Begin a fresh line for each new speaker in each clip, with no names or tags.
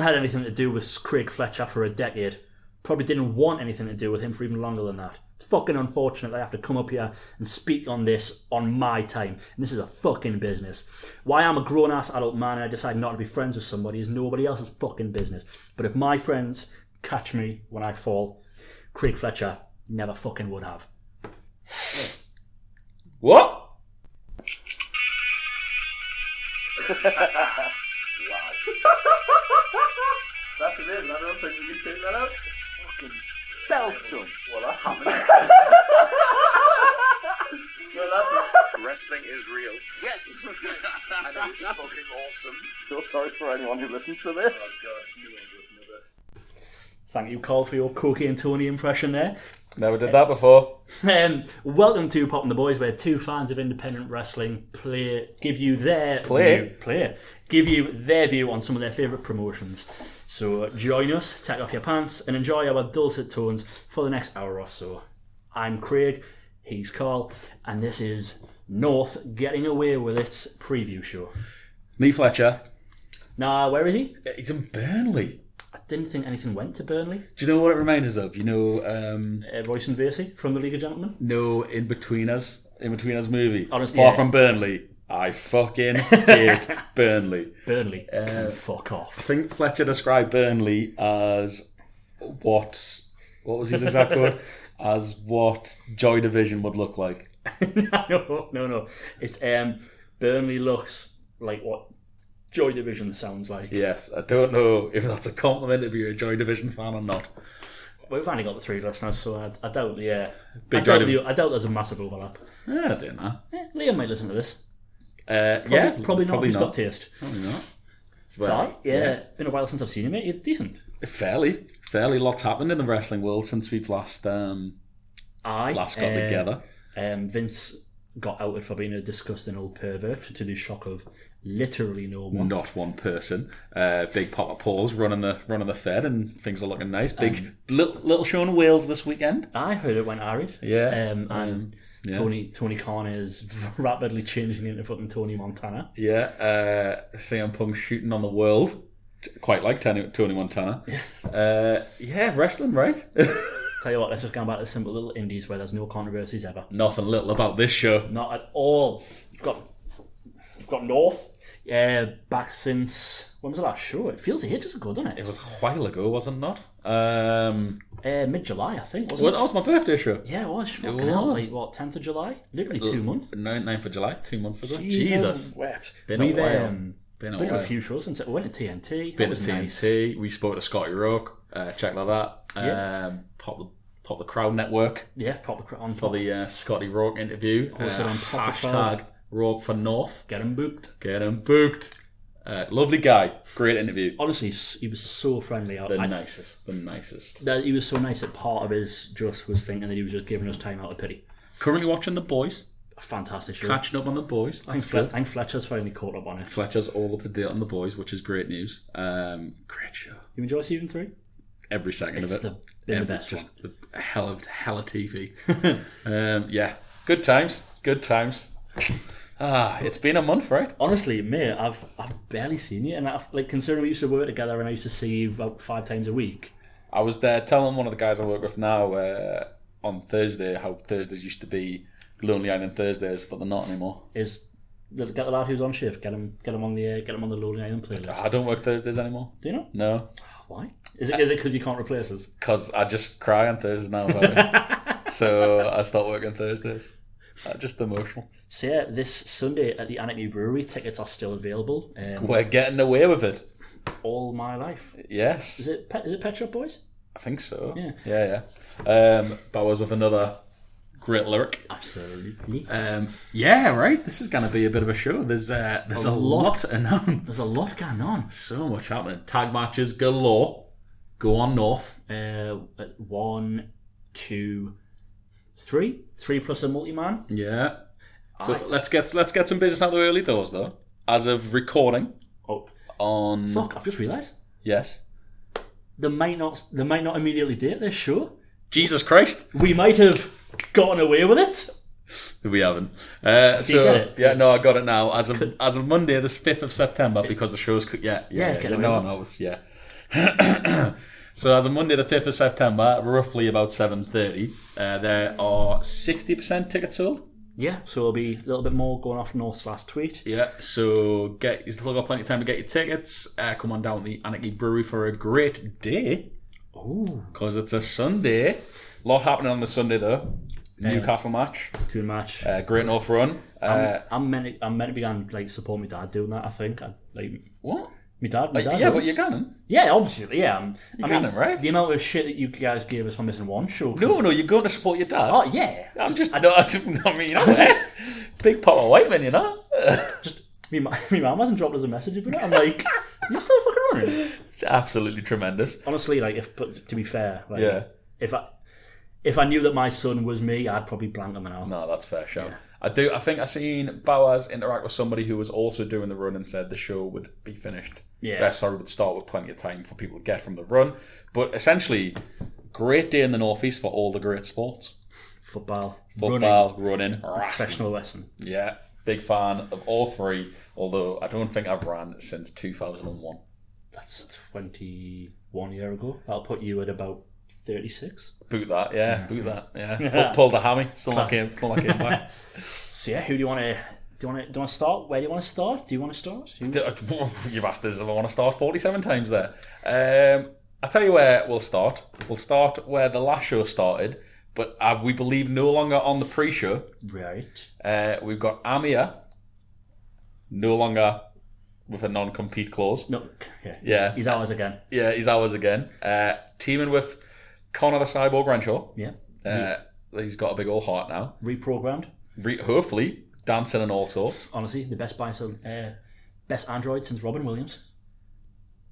had anything to do with Craig Fletcher for a decade. Probably didn't want anything to do with him for even longer than that. It's fucking unfortunate that I have to come up here and speak on this on my time. And this is a fucking business. Why I'm a grown ass adult man and I decide not to be friends with somebody is nobody else's fucking business. But if my friends catch me when I fall, Craig Fletcher never fucking would have.
What?
That's it, man. I don't think we can take that out. Fucking Belton. Well, I haven't. well, that's it.
Wrestling is real. Yes! and it is fucking awesome. Oh,
Feel sorry for anyone who listens to this.
Thank you, Carl, for your Cookie and Tony impression there.
Never did that before.
Um, welcome to Pop and the Boys, where two fans of independent wrestling play give you their
Play?
view, play give you their view on some of their favourite promotions. So join us, take off your pants, and enjoy our dulcet tones for the next hour or so. I'm Craig, he's Carl, and this is North Getting Away with It's preview show.
Lee Fletcher.
Now, where is he?
He's in Burnley.
I didn't think anything went to Burnley.
Do you know what it reminds us of? You know, um,
Uh, Royce and Versey from the League of Gentlemen.
no In Between Us, In Between Us movie.
Honestly,
apart
yeah.
from Burnley, I fucking hate Burnley.
Burnley, can fuck off.
I think Fletcher described Burnley as what? What was his exact word? As what Joy Division would look like.
no, no, no. It's um, Burnley looks like what Joy Division sounds like.
Yes, I don't know if that's a compliment if you're a Joy Division fan or not.
We've only got the three listeners, so I, I doubt. Yeah, I
Big Joy
doubt,
Division.
the, I doubt there's a massive overlap.
Yeah, I don't know.
Eh, Liam might listen to this.
Uh, yeah,
probably not. if He's got taste.
Probably not.
Right?
Well,
Yeah. been a while since I've seen him. Mate. He's decent.
fairly, fairly. Lots happened in the wrestling world since we've last um,
I
last got
uh,
together.
Um, Vince got outed for being a disgusting old pervert to the shock of literally no one.
Not one person. Uh, big Papa Paul's running the running the Fed, and things are looking nice. Big little, little Sean Wales this weekend.
I heard it went arid.
Yeah, Mm.
Um, and
yeah.
Tony Tony Khan is rapidly changing into fucking Tony Montana.
Yeah, uh, CM Punk shooting on the world, quite like Tony, Tony Montana. Uh, yeah, wrestling, right?
Tell you what, let's just go back to simple little indies where there's no controversies ever.
Nothing little about this show.
Not at all. You've got you've got North. Yeah, back since when was the last show? It feels ages ago, doesn't
It
it?
was a while ago, was it not? Um,
Uh, Mid July, I think,
well,
wasn't it?
that was oh, my birthday show.
Yeah, it was. Fucking hell,
was.
Like, what, 10th of July? Literally two months.
9th of July, two months ago.
Wept.
Been a
We've
while.
um,
Been a
been to a
while.
few shows since it went to TNT.
Bit
That
of
was nice.
TNT. We spoke to Scotty Rock. Uh, check that out.
Yeah.
Um, pop the Pop the Crowd Network
Yeah, pop the cra- on
for the uh, Scotty Rock interview.
Also
Uh,
on Pop the Crowd.
hashtag Rock for North.
Get him booked.
Get him booked. Uh, lovely guy. Great interview.
Honestly, s- he was so friendly. I,
The
I,
nicest. The nicest.
that he was so nice that part of his just was thinking that he was just giving us time out of pity.
Currently watching The Boys.
A fantastic show.
Catching up on The Boys.
I think,
That's
Fle- I
good.
think Fletcher's finally caught up on it.
Fletcher's all up to date on The Boys, which is great news. Um, great show.
You enjoy season three?
Every second
It's
of it.
the, been the
Every-
best one.
just a hell of hell of TV. um, yeah. Good times. Good times. Ah, it's been a month, right?
Honestly, mate, I've I've barely seen you, and I've, like considering we used to work together and I used to see you about five times a week.
I was there telling one of the guys I work with now uh, on Thursday how Thursdays used to be Lonely Island Thursdays, but they're not anymore.
Is get the lad who's on shift, get him get him on the uh, get him on the Lonely Island playlist.
I don't work Thursdays anymore.
Do you know
No,
why? Is it is it because you can't replace us?
because I just cry on Thursdays now. About it. so I start working Thursdays. Uh, just emotional.
So yeah, this Sunday at the Anarchy Brewery, tickets are still available. Um,
We're getting away with it.
all my life. Is
Yes,
it Pet, is it Pet Shop Boys?
I think so.
Yeah.
yeah, yeah. Um, but I was with another great lyric.
Absolutely.
Um, yeah, right. This is gonna be a bit of a show. There's uh, there's a, lot, announced.
There's a lot going on.
so much happening. Tag matches galore. Go on north.
Uh, one, two, three. Three plus a multi man.
Yeah. So let's get let's get some business out of the early doors though. As of recording
Oh,
on
fuck! I've just realised
yes.
they might not. They might not immediately date this show.
Jesus Christ.
We might have gotten away with it.
We haven't. Uh, so
get it?
yeah, no, I got it now. As of as of Monday, the fifth of September, because the show's co- yeah,
Yeah,
yeah, yeah,
get
yeah
away
no,
with it.
no, it was yeah. So as of Monday, the fifth of September, roughly about seven thirty, uh, there are sixty percent tickets sold.
Yeah, so it'll be a little bit more going off North's last tweet.
Yeah, so get you still got plenty of time to get your tickets. Uh, come on down to the Anarchy Brewery for a great day. Ooh, because it's a Sunday. A lot happening on the Sunday though. Newcastle match,
Too much.
uh, Great North Run. Uh,
I'm meant to, I'm meant to be going like support my dad doing that. I think I, like
what?
my dad. My dad
Uh, yeah, but
owns.
you're canon.
yeah, obviously, yeah. I'm, I
can
mean,
him, right?
The amount of shit that you guys gave us for missing one show.
No, no, you're going to support your dad.
Oh yeah.
I'm just, I don't, I don't I mean, you know what I'm saying? Big pot of white men, you know?
Just me, ma- me mum hasn't dropped us a message about it. I'm like, you still fucking running?
It's absolutely tremendous.
Honestly, like if but to be fair, like,
Yeah.
if I if I knew that my son was me, I'd probably blank him out.
No, that's fair shout. I do. I think I seen Bowers interact with somebody who was also doing the run and said the show would be finished.
Yeah.
Uh, sorry, would start with plenty of time for people to get from the run. But essentially, great day in the northeast for all the great sports:
Football, running,
football, running, wrestling.
professional wrestling.
Yeah, big fan of all three. Although I don't think I've ran since two thousand and one.
That's twenty one year ago. That'll put you at about thirty six.
Boot that, yeah, boot that, yeah. Pull, pulled the hammy, still not came, still not came back.
So yeah, who do you want to do? You want to do? You want to start? Where do you want to start? Do you want to start? Who-
you bastards! I want to start forty-seven times there. Um, I tell you where we'll start. We'll start where the last show started, but uh, we believe no longer on the pre-show.
Right.
Uh, we've got Amir, no longer with a non-compete clause.
No. Yeah.
Yeah.
He's ours again.
Yeah, he's ours again. Uh, teaming with Connor the Cyborg Renshaw.
Yeah.
Uh, he's got a big old heart now.
Reprogrammed.
Re- hopefully dancing and all sorts.
Honestly, the best Bison, uh, best android since Robin Williams.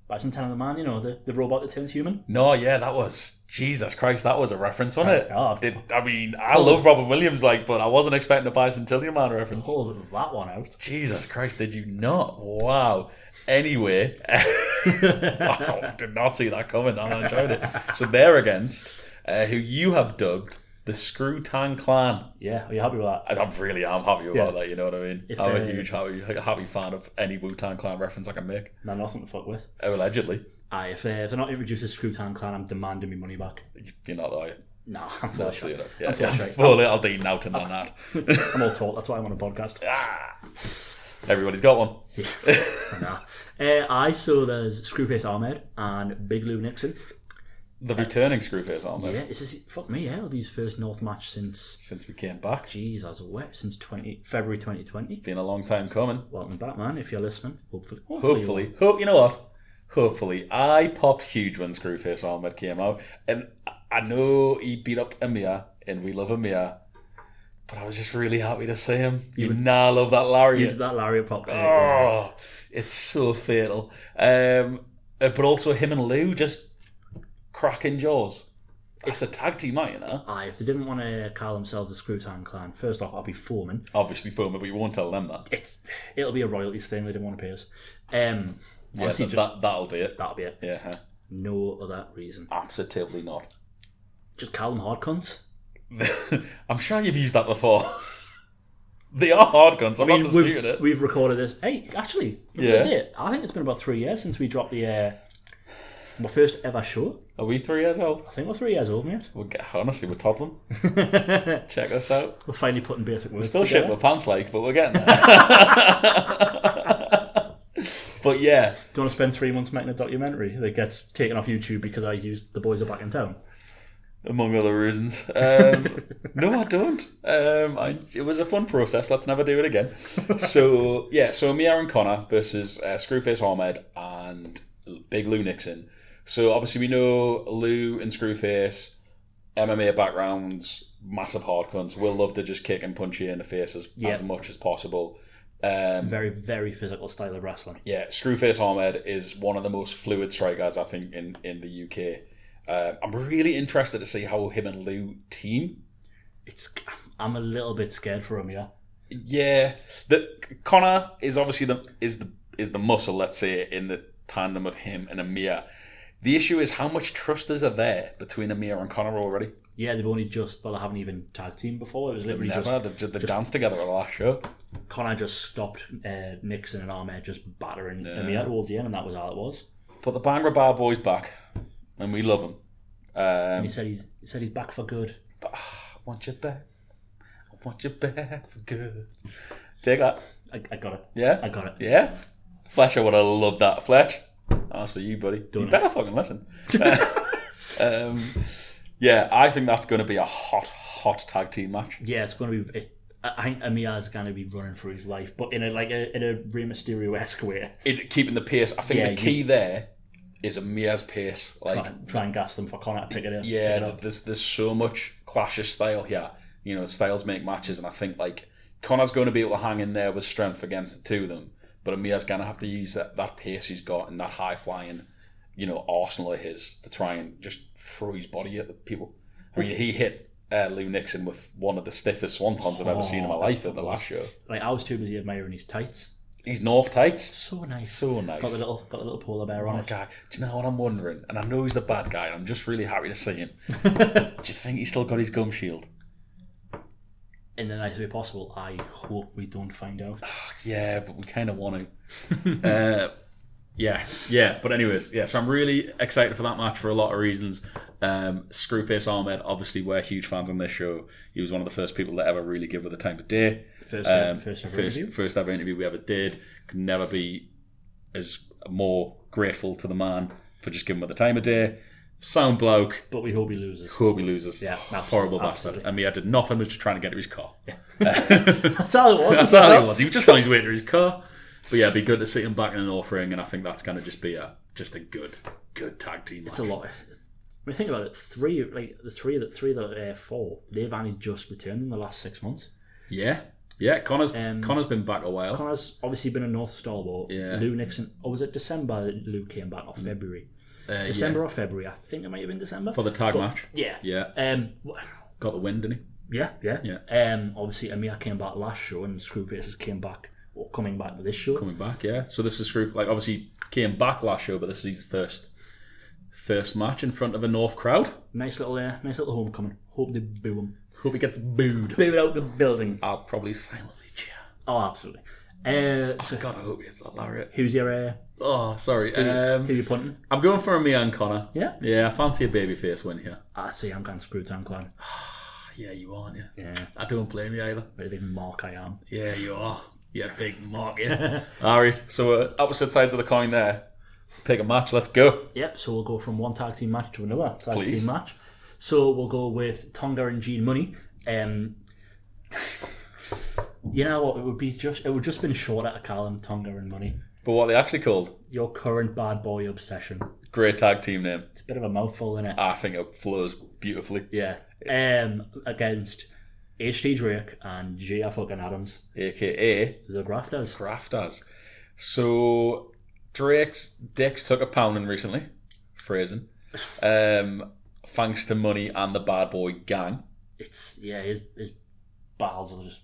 Bison Ten of the Man, you know, the, the robot that turns human.
No, yeah, that was Jesus Christ. That was a reference, wasn't it?
God.
Did, I mean, I love Robin Williams, like, but I wasn't expecting a Bison Man reference.
Pull that one out.
Jesus Christ, did you not? Wow. Anyway, I did not see that coming. I enjoyed it. So they're against uh, who you have dubbed the Screw Tang Clan.
Yeah, are you happy with that?
I, I'm really, I'm happy about
Yeah.
that. You know what I mean?
If,
I'm a
uh,
huge, happy, happy fan of any Wu Tang Clan reference I can make.
No, nothing to fuck with.
Allegedly,
Aye, if, uh, if they're not introduced as Screwtown Clan, I'm demanding my money back.
you're not there. yet.
No, I'm full
I'll
of
see you
shit.
later. Yeah,
I'm full of
yeah.
shit.
Full little Dean out and on
Uh,
that.
I'm all taught, that's why I'm on a podcast.
Ah. Everybody's got one.
nah. uh, I saw there's Screwface Ahmed and Big Lou Nixon.
The returning Screwface, aren't they?
Yeah, this is, fuck me, yeah, it'll be his first North match since
Since we came back,
Jeez, I was wet since 20, February 2020.
been a long time coming.
Welcome back, man, if you're listening. Hopefully. Hopefully.
Hopefully, ho- you know what? Hopefully, I popped huge when Screwface Ahmed came out, and I- I know he beat up Amir, and we love Amir, but I was just really happy to see him. You now love that
Use
Larry.
that Larry Pop. there.
Oh, it's so fatal. Um, uh, but also him and Lou just cracking jaws. It's a tag team, aren't you know?
Aye, Ah, if they didn't want to call themselves the Screwtown Clan, first off, I'll be foreman.
Obviously, Foma, but you won't tell them that.
It's it'll be a royalties thing. They didn't want to pay us. Um,
Yeah,
honestly,
that, that that'll be it.
that'll be it.
Yeah, huh?
No other reason.
absolutely not.
Just call them hard cunts.
I'm sure you've used that before. they are hard guns. I'm not disputing
we've,
it.
we've recorded this. Hey, actually, we
Yeah.
did it. I think it's been about three years since we dropped the uh, my first ever show.
Are we three years old?
I think we're three years old, mate.
We'll get, honestly, we're toddling. Check us out.
We're finally putting basic words
Still shit
together.
my pants like, but we're getting there. but yeah,
Do you want to spend three months making a documentary that gets taken off YouTube because I used The Boys Are Back in Town?
among other reasons. Um, no, I don't. Um, I, it was a fun process. Let's never do it again. So yeah, so Amir and Connor versus uh, Screwface Ahmed and Big Lou Nixon. So obviously we know Lou and Screwface, MMA backgrounds, massive hard cunts. Will love to just kick and punch you in the face as,
Yeah.
as much as possible. Um,
Very, very physical style of wrestling.
yeah, Screwface Ahmed is one of the most fluid strikers I think in in the UK. Uh, I'm really interested to see how him and Lou team.
It's I'm a little bit scared for him, yeah.
Yeah, the Connor is obviously the is the is the muscle. Let's say in the tandem of him and Amir. The issue is how much trust is there there between Amir and Connor already?
Yeah, they've only just well, they haven't even tag teamed before. It was literally
Never.
just
they've, they've danced together at the last show.
Connor just stopped uh, Nixon and Ahmed just battering Amir towards the end, and that was all it was.
But the Bangra Bar Boy's back, and we love him.
He
Um,
said he's he said he's back for good.
I want you back. I want you back for good. Take that.
I, I got it.
Yeah?
I got it.
Yeah? Fletcher would have loved that. Fletch, that's for you, buddy. you
it.
better fucking listen. Uh, um, yeah, I think that's going to be a hot, hot tag team match.
Yeah, it's gonna be. It, I think Amir's gonna be running for his life, but in a like a, in a Rey Mysterio esque way.
It, keeping the pace. I think
Yeah,
the key there is Amir's pace. Like,
Try, try and gas them for Connor to pick it up.
yeah,
pick it up.
there's there's so much clash of style here. You know, styles make matches, and I think like Connor's going to be able to hang in there with strength against the two of them, but Amir's going to have to use that, that pace he's got and that high flying, you know, arsenal of his to try and just throw his body at the people. I mean, he hit uh, Lou Nixon with one of the stiffest swampons I've ever seen in my life at the last show.
Like I was too busy admiring his tights.
He's North Tights.
So nice.
So nice.
Got the little got the little polar bear on
Oh,
it.
guy, do you know what I'm wondering? And I know he's the bad guy, and I'm just really happy to see him. do you think he's still got his gum shield?
In the nicest way possible. I hope we don't find out.
Yeah, but we kind of want to. uh, yeah, yeah. But anyways, yeah. So I'm really excited for that match for a lot of reasons. Um, Screwface Ahmed, obviously, we're huge fans on this show. He was one of the first people that ever really give her the time of day.
First,
Um,
first ever
first,
interview.
first ever interview we ever did. Could never be as more grateful to the man for just giving her the time of day. Sound bloke.
But we hope he loses.
Kobe loses.
Yeah,
horrible
absolutely,
bastard. And Mia did nothing but just trying to get to his car.
That's all it was.
That's all he was. He was just on his way to his car. But yeah, it'd be good to see him back in an off ring, and I think that's going to just be a just a good, good tag team.
It's a lot. When you think about it, three like the three that three that uh, four they've only just returned in the last six months.
Yeah, yeah. Connor's
Um,
Connor's been back a while.
Connor's obviously been a North stalwart.
Yeah.
Lou Nixon, or was it December? that Lou came back or February?
Uh,
December
yeah,
or February? I think it might have been December.
for the tag match.
yeah,
Yeah,
um, wh-
got the win, didn't he?
yeah, yeah,
Yeah.
Um, obviously, Amir came back last show, and Screwfaces came back or coming back to this show.
Coming back, yeah. So this is screw. Like obviously came back last show, but this is his first first match in front of a North crowd.
Nice little, uh, nice little homecoming. Hope they boo him.
Hope he gets booed.
Boo it out the building.
I'll probably silently cheer.
Oh, absolutely. Uh, so
God, I hope it's a lariat.
who's your uh,
Oh, sorry. Um,
who you punting?
I'm going for a me and Connor.
Yeah?
Yeah, I fancy a babyface win here.
I Ah, see. I'm going screw Town Clan.
Yeah, you are, aren't you?
Yeah,
I don't blame you either.
bit of a mark I am.
Yeah, you are. Yeah, big mark. Yeah. All right. So uh, opposite sides of the coin there. Pick a match. Let's go.
Yep, so we'll go from one tag team match to another tag
Please.
team match. So we'll go with Tonga and Gene Money. Um, you know what? It would be just it would just been short out of column Tonga and Money.
But what are they actually called?
Your current bad boy obsession.
Great tag team name.
It's a bit of a mouthful, isn't it?
I think it flows beautifully.
yeah. Um, against HD Drake and JR fucking Adams,
AKA
the Grafters.
Grafters. So Drake's Dix took a pounding recently. Phrasing. Um, thanks to Money and the Bad Boy Gang.
It's yeah, his his bowels are just.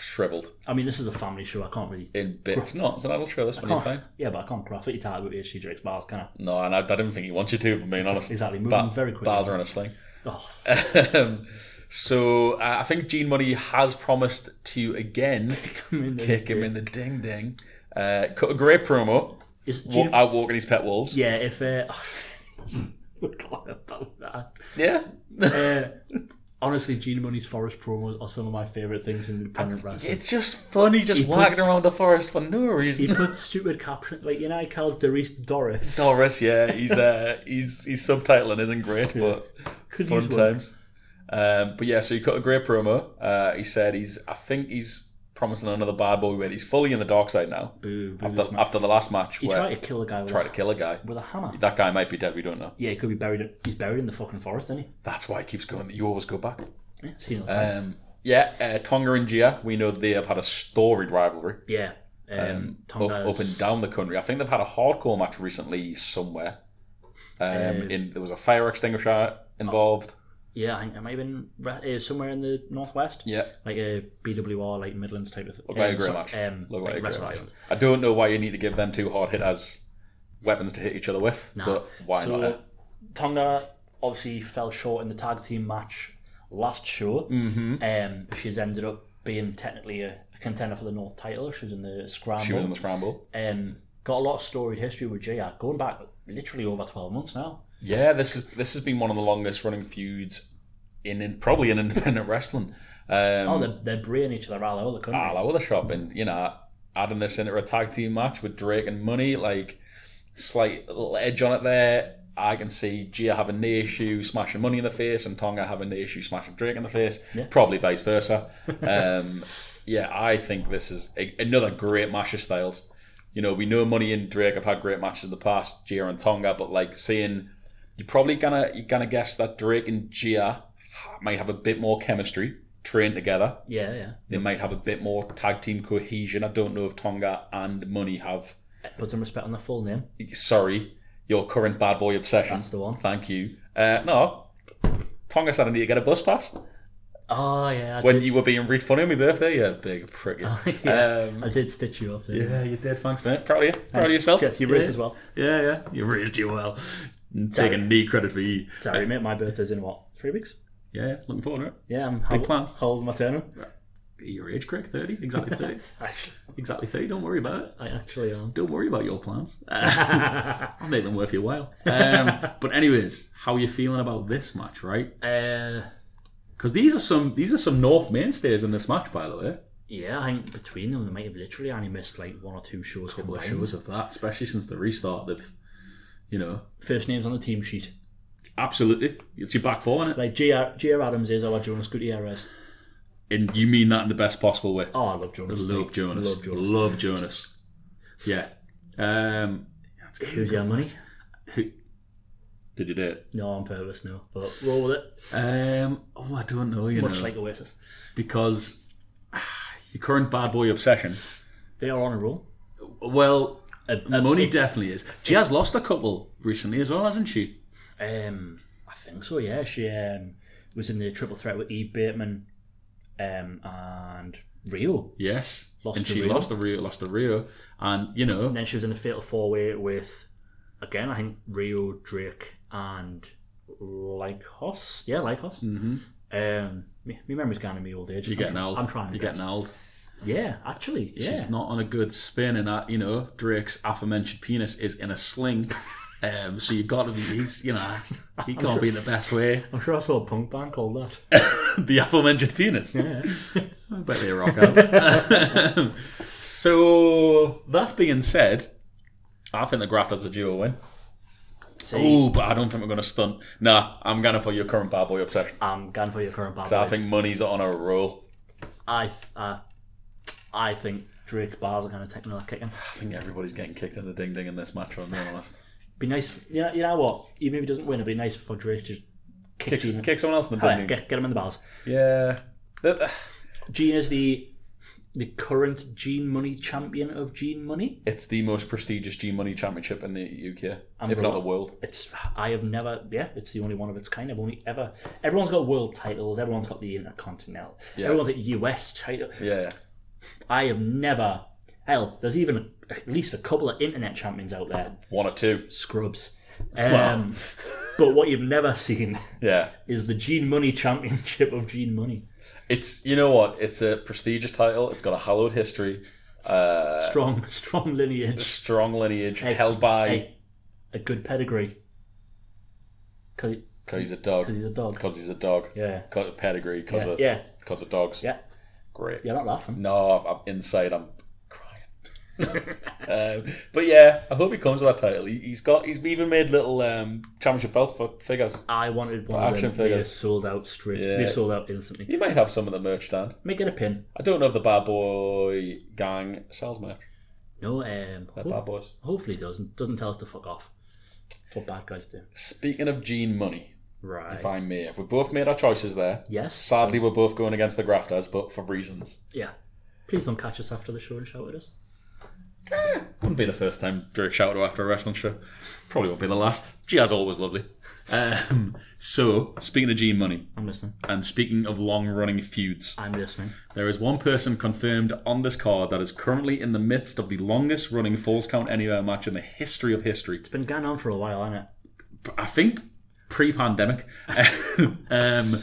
Shriveled.
I mean, this is a family show. I can't really.
In bits. It's not. It's an adult show. That's funny thing.
Yeah, but I can't graphically talk about HD Drake's bowels, can I?
No, and I, I didn't think he wants you to, if I'm being honest.
Exactly, moving
Ba-
very quickly.
Bars are on a sling.
Oh,
Um, so uh, I think Gene Money has promised to again
I mean, they-
kick him in the ding ding. Uh, cut a great promo.
Is, do you
Wa-
know-
out walking his pet wolves.
yeah, if uh, forgot about that.
Yeah.
Uh, honestly, Gene Money's forest promos are some of my favourite things in independent wrestling.
It's just funny just walking
puts-
around the forest for no
He
reason.
puts stupid caption like you know he calls Doris Doris.
Doris, yeah, he's uh, he's he's subtitling isn't great, but
Could
fun
use one.
times. Um, but yeah, so he cut a great promo. Uh, he said he's, I think he's promising another bad boy with. He's fully in the dark side now.
Boo, boo,
after, after the last match
He
where
tried to kill a guy with,
tried
a,
to kill a guy.
with a hammer.
That guy might be dead. We don't know.
Yeah, he could be buried. in- He's buried in the fucking forest, isn't
That's why it keeps going. You always go back.
he? Yeah, seen it.
Um, yeah, uh, Tonga and Gia. We know they have had a storied rivalry
yeah. Um,
up,
Tonga's-
up and down the country. I think they've had a hardcore match recently somewhere. Um,
Um, oh,
in there was a fire extinguisher involved.
Yeah, I think it might have been re- uh, somewhere in the northwest.
Yeah,
Like uh, a BWR, like Midlands type of thing.
look like a great
so-
match.
Um, like
Look like a great
Wrestle
match.
Island.
I don't know why you need to give them two hard hit as weapons to hit each other with, but why
so,
not? eh?
Tonga obviously fell short in the tag team match last show. Mm-hmm. Um, she's ended up being technically a contender for the North title. She was in the scramble.
She was in the scramble.
um, Got a lot of storied history with JR, going back literally over 12 months now.
Yeah, this is this has been one of the longest running feuds in, in probably in independent wrestling. Um,
Oh, they're, they're braying each other all over the country.
all over the shop and you know adding this into a tag team match with Drake and Money like slight little edge on it there I can see Gia having the issue smashing Money in the face and Tonga having the issue smashing Drake in the face probably vice versa um, yeah I think this is a, another great match of styles you know we know Money and Drake have had great matches in the past Gia and Tonga but like seeing you're probably gonna you're gonna guess that Drake and Gia might have a bit more chemistry trained together
Yeah, yeah.
they might have a bit more tag team cohesion. I don't know if Tonga and Money have.
Put some respect on the full name.
Sorry, your current bad boy obsession.
That's the one.
Thank you. Uh, no, Tonga said I need to get a bus pass
Oh, yeah. I
when you were being really funny on my birthday. Yeah, big prick.
did, Oh, yeah,
Um,
I did stitch you up there.
yeah, you did. Thanks, mate. Proud of you. Proud of yourself.
Cheers, you
yeah.
raised as well.
Yeah, yeah. You raised you well. And Taking knee credit for you.
Sorry, mate, my birthday's in what, three weeks?
Yeah, yeah. Looking forward to it.
Yeah, I'm how,
Big plans.
how old am I turning?
Your age, Craig. Thirty. Exactly thirty.
Actually,
exactly thirty. Don't worry about it.
I actually am.
don't worry about your plans.
Uh,
I'll make them worth your while. Um, but anyways, how are you feeling about this match, right?
Uh,
Because these are some these are some North mainstays in this match, by the way.
yeah, I think between them, they might have literally only missed like one or two shows.
Well, it
combined.
shows of that, especially since the restart, they've you know
First names on the team sheet.
absolutely it's your back four, is it?
Like JR, JR Adams is our Jonas Gutierrez.
And you mean that in the best possible way.
Oh, I love Jonas.
Love Jonas.
Love Jonas.
Love Jonas. Yeah. Um,
Who's your money?
who, did you do it?
No, on purpose, no. But roll with it.
Um, oh, I don't know. You
Much
know,
like Oasis.
because ah, your current bad boy obsession.
They are on a roll. Uh,
Well,
A, a-
Money definitely is. She has lost a couple recently as well, hasn't she?
Um, I think so. Yeah, she um, was in the triple threat with Eve Bateman, um, and Rio.
Yes.
Lost
and
to
she
Rio.
lost the Rio, lost the Rio, and you know,
And then she was in the fatal four way with, again, I think Rio, Drake, and Lycos. Yeah, Lycos. Mm-hmm. Um, me, me memory's gone in me old age.
you're
I'm
getting
tr-
old.
I'm trying.
You're getting old.
Yeah, actually, yeah.
She's not on a good spin, and that you know, Drake's aforementioned penis is in a sling. Um, so you've got to be, he's, you know, he can't be in the best way.
I'm sure I saw a punk band called that.
the aforementioned penis. I bet they rock out. so, that being said, I think the Grafters a duo win.
See,
Oh, but I don't think we're going to stunt. Nah, I'm going to put your current bad boy obsession.
I'm going for your current band.
I
boy.
think money's on a roll.
I, th- uh, I think Drake's bars are going to take another kicking.
I think everybody's getting kicked in the ding ding in this match, if I'm being honest.
Be nice. You know, you know what? Even if he doesn't win, it'd be nice for Drake to kick,
Kick,
Gene.
kick someone else in the
Right,
ding ding.
get, get him in the bars.
Yeah. That-
Gene is the the current Gene Money champion of Gene Money.
It's the most prestigious G Money Championship in the UK,
And
if
the
not the
world.
world.
It's I have never yeah, it's the only one of its kind. I've only ever everyone's got world titles, everyone's got the Intercontinental, everyone's got US title.
Yeah.
I have never hell, there's even at least a couple of internet champions out there.
One or two.
Scrubs. Um, but what you've never seen
Yeah.
is the Gene Money Championship of Gene Money.
It's, you know what? It's a prestigious title. It's got a hallowed history, uh,
strong, strong lineage,
strong lineage, held by.
hey. a good pedigree. Cause
Because he's a dog.
he's a dog.
Because he's a dog.
Yeah.
Because of pedigree. Because
Yeah,
of,
yeah.
'cause of dogs.
Yeah.
Great.
You're not laughing.
No, I'm- I'm inside. I'm crying. um, but yeah, I hope he comes with that title. He, he's got. He's even made little um, championship belt for figures.
I wanted one
Action
of them. They're
figures.
sold out straight.
Yeah.
They're sold out instantly.
He might have some of the merch stand.
Make it a pin.
I don't know if the bad boy gang sells merch.
No, um,
They're
ho-
bad boys.
hopefully it doesn't doesn't tell us to fuck off. That's what bad guys do.
Speaking of Gene Money,
Right.
if I may, we both made our choices there.
Yes.
Sadly, we're both going against the grafters, but for reasons.
Yeah. Please don't catch us after the show and shout at us.
Wouldn't be the first time Drake shouted after a wrestling show. Probably won't be the last. Gia's always lovely. Um, so, speaking of Gene Money,
I'm listening.
And speaking of long running feuds,
I'm listening.
there is one person confirmed on this card that is currently in the midst of the longest running Falls Count Anywhere match in the history of history.
It's been going on for a while, hasn't it?
I think pre pandemic. um,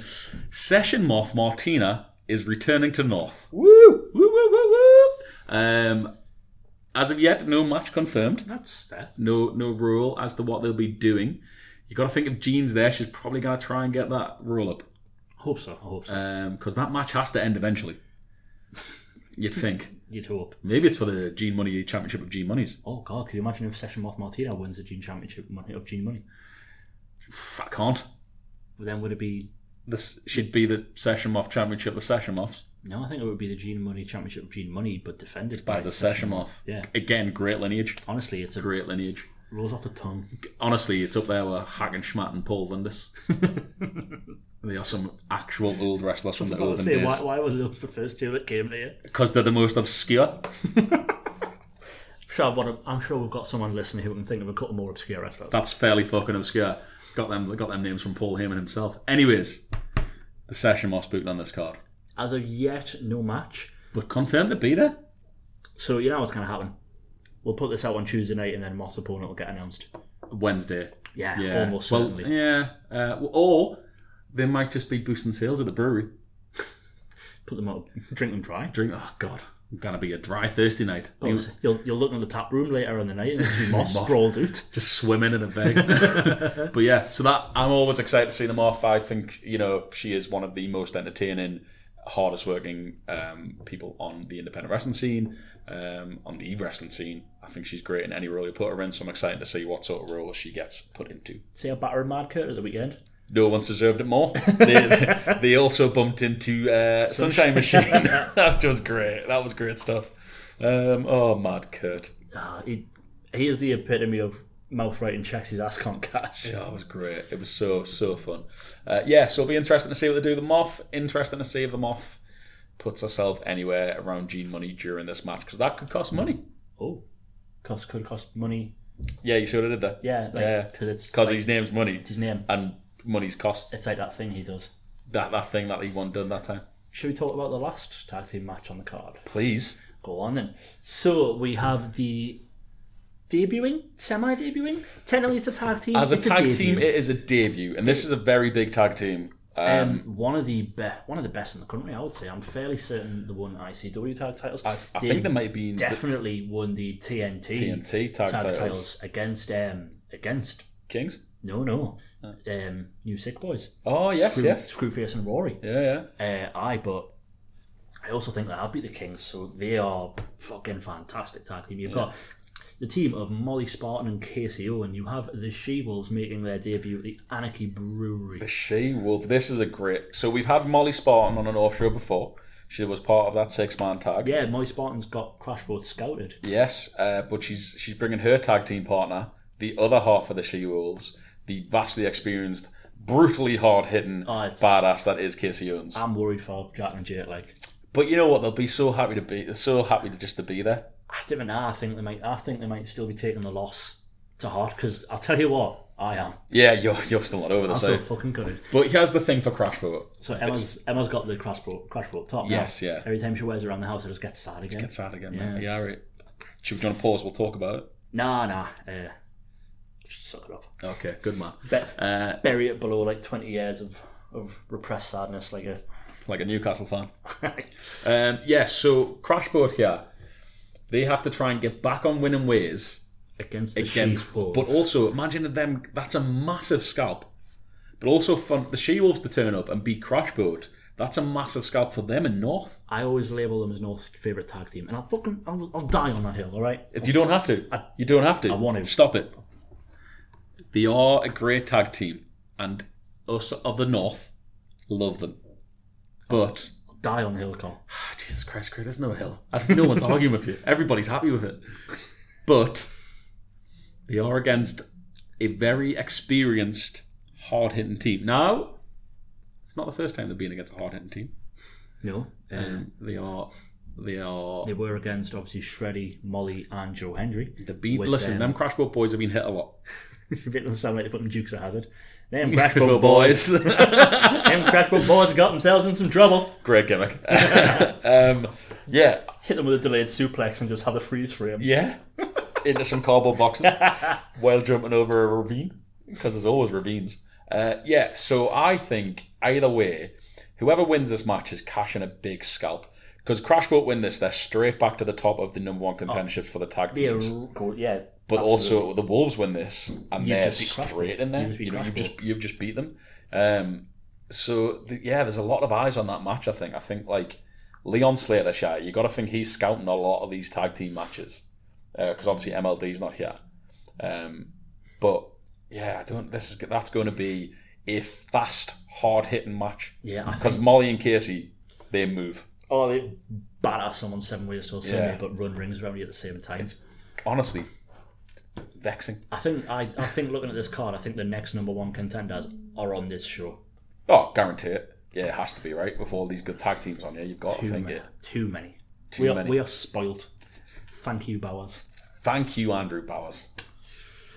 Session Moth Martina is returning to North. Woo! Woo, woo, woo, woo! Um, As of yet, no match confirmed.
That's fair.
No no rule as to what they'll be doing. You got to think of Jean's there. She's probably going to try and get that roll up
Hope so. I hope so.
because Um, that match has to end eventually. You'd think.
You'd hope.
Maybe it's for the Gene Money Championship of Gene Monies.
Oh God, could you imagine if Session Moth Martino wins the Gene Championship mon- of Gene Money?
Pff, I can't.
Then would it be?
This should be the Session Moth Championship of Session Moths
No, I think it would be the Gene Money Championship of Gene Money, but defended
by the Session Moth.
Yeah.
Again, great lineage.
Honestly, it's a
Great lineage.
rolls off the tongue.
Honestly, it's up there with Hack and Schmat and Paul Lindis. they are some actual old wrestlers from the
Well,
olden
say, why,
days.
why were those the first two that came to you?
Because they're the most obscure.
Sure, what, I'm sure we've got someone listening who can think of a couple more obscure wrestlers.
That's fairly fucking obscure. Got them got them names from Paul Heyman himself. Anyways, the Session Moths booked on this card.
As of yet, no match.
But confirmed to be there.
So you know what's going to happen. We'll put this out on Tuesday night, and then Moss opponent will get announced.
Wednesday.
Yeah,
Yeah,
almost
well,
certainly.
Yeah, uh, well, or they might just be boosting sales at the brewery.
Put them out, drink them dry.
Drink. Oh God, I'm gonna be a dry thirsty night. You
You'll, you'll, you'll look in the tap room later in the night and see Moss
Moss.
sprawled out.
just swimming in a bag. but yeah, so that I'm always excited to see them off. I think you know she is one of the most entertaining, hardest working um, people on the independent wrestling scene, um, on the wrestling scene. I think she's great in any role you put her in. So I'm excited to see what sort of role she gets put into.
See how battering Mad Kurt at the weekend.
No one's deserved it more. They, they also bumped into uh, Sunshine Machine. that was great. That was great stuff. Um, oh, mad Kurt.
Ah, he, he is the epitome of mouth writing checks his ass can't cash.
Yeah, it was great. It was so so fun. Uh, yeah, so it'll be interesting to see what they do. with The Moth. Interesting to see if the Moth puts herself anywhere around Gene Money during this match because that could cost money.
Oh, cost could cost money.
Yeah, you see what I did there.
Yeah, like,
Yeah.
Because it's
because
like,
his name's Money
his name.
and money's cost.
It's like that thing he does.
That that thing that he won done that time.
Should we talk about the last tag team match on the card?
Please.
Go on then. So we have the debuting, semi-debuting, technically it's a tag team.
As a
it's
tag
debut.
team, it is a debut, and this is a very big tag team. Um,
Um, one of the be- one of the best in the country, I would say. I'm fairly certain the one ICW tag titles.
I, I think there might be
definitely won the TNT,
TNT tag,
tag
titles.
titles. against um against
Kings.
no no um New Sick Boys.
Uh. Oh yes,
Screw,
yes,
Screwface and Rory.
yeah, yeah.
Uh, aye, but I also think that I'll beat the Kings, so they are fucking fantastic tag team. You've got the team of Molly Spartan and Casey Owen. You have the She Wolves making their debut at the Anarchy Brewery.
She Wolf. This is a great. So we've had Molly Spartan on an off show before. She was part of that six man tag.
Yeah, Molly Spartan's got Crashboat scouted.
Yes, uh, but she's she's bringing her tag team partner, the other half of the She Wolves, the vastly experienced, brutally hard hitting
Oh, it's-
badass that is Casey Owens.
I'm worried for Jack and Jake. Like,
But you know what? They'll be so happy to be. They're so happy to just to be there.
I don't know. I think they might. I think they might still be taking the loss to heart. Because I'll tell you what, I am.
Yeah, you're you're still not over the
I'm so
same.
fucking good.
But here's the thing for Crashboat.
So Emma's Emma's got the Crashboat Crashboat top. now.
Yes, yeah.
Every time she wears it around the house, it just gets sad again.
It's hard again, man. Yeah, all right. Should we do you want to pause? We'll talk about it.
Nah, nah. Uh, suck it up.
Okay, good man.
Uh, Bury it below like 20 years of, of repressed sadness. Like a.
Like a Newcastle fan. Um, yeah, so Crashboat here, they have to try and get back on winning ways
against the
against,
sheep wolves.
but also imagine them. That's a massive scalp, but also for the She Wolves to turn up and beat Crashboat. That's a massive scalp for them in North.
I always label them as North's favourite tag team. And I'll fucking. I'll, I'll die on that hill, alright?
You don't have to. you don't have to. I
want to.
Stop it. They are a great tag team, and us of the North love them. But
I'll die on the hill, Con.
Oh, Jesus Christ, Craig, there's no hill. I think no one's arguing with you. Everybody's happy with it. But they are against a very experienced, hard hitting team. Now, it's not the first time they've been against a hard hitting team.
No. Uh,
Um, they are. They are.
they were against, obviously, Shreddy, Molly, and Joe Hendry.
The beat.
with,
Listen,
um,
them Crashboat boys have been hit a lot.
It's a bit doesn't sound like the fucking Dukes of Hazard. Them
Crashboat
Crashboat boys.
boys.
them Crashboat boys got themselves in some trouble.
Great gimmick. um, yeah,
Hit them with a delayed suplex and just have a freeze frame.
yeah. Into some cardboard boxes while jumping over a ravine because there's always ravines. Uh, yeah, so I think either way, whoever wins this match is cashing a big scalp Because Crash won't win this. They're straight back to the top of the number one contendership for the tag
Yeah,
teams.
cool, yeah.
But
absolutely.
also the Wolves win this, and
You
they're
just beat Crash
straight in
You
there.
just beat
You know,
Crash
you've just you've just beat them. Um, so th- yeah, there's a lot of eyes on that match. I think. I think like Leon Slater, Shire, you got to think he's scouting a lot of these tag team matches because obviously MLD's not here. Um, but yeah, I don't. This is that's going to be a fast, hard hitting match
yeah, I think,
because Molly and Casey they move.
oh, they batter someone seven ways to a Sunday,
Yeah.
but run rings around you at the same time.
Honestly, vexing.
I think I, I think looking at this card, I think the next number one contenders are on this show.
Oh, guarantee it. Yeah, it has to be right with all these good tag teams on here. You've got
Too
to think
many.
it.
Too many.
Too
we are,
many.
We are spoilt. Thank you, Bowers.
Thank you, Andrew Bowers.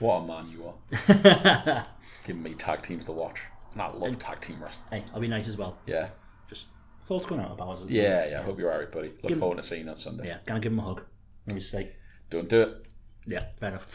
What a man you are. Giving me tag teams to watch. And I love tag team wrestling.
Hey, I'll be nice as well.
Yeah.
Just thoughts going out of Bowers.
Yeah, yeah. I hope you're alright, buddy. Look forward to seeing you on Sunday.
Yeah, can I give him a hug? Let me say,
Don't do it.
yeah, fair enough.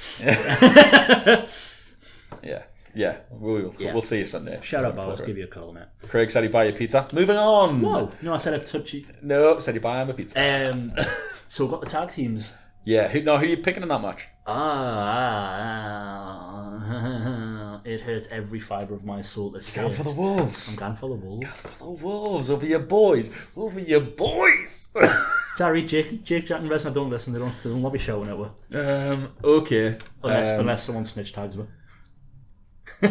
Yeah. Yeah. We will. We'll see you Sunday.
Shout out
Looking
Bowers,
forward
give
to it.
you a call, mate.
Craig said he'd buy you pizza. Moving on.
Whoa! No, I said a touchy.
No, said he'd buy him a pizza.
Um, so we've got the tag teams.
Yeah. Who, no, who you picking in that match?
Ah, it hurts every fibre of my soul to say it.
Wolves.
I'm going for the Wolves.
The Wolves over your boys. Over your boys.
Sorry, Jake, Jake, Jack, and Reznor don't listen. They don't. They don't love you shouting at me
um, okay.
unless
Um,
unless someone snitch tags me.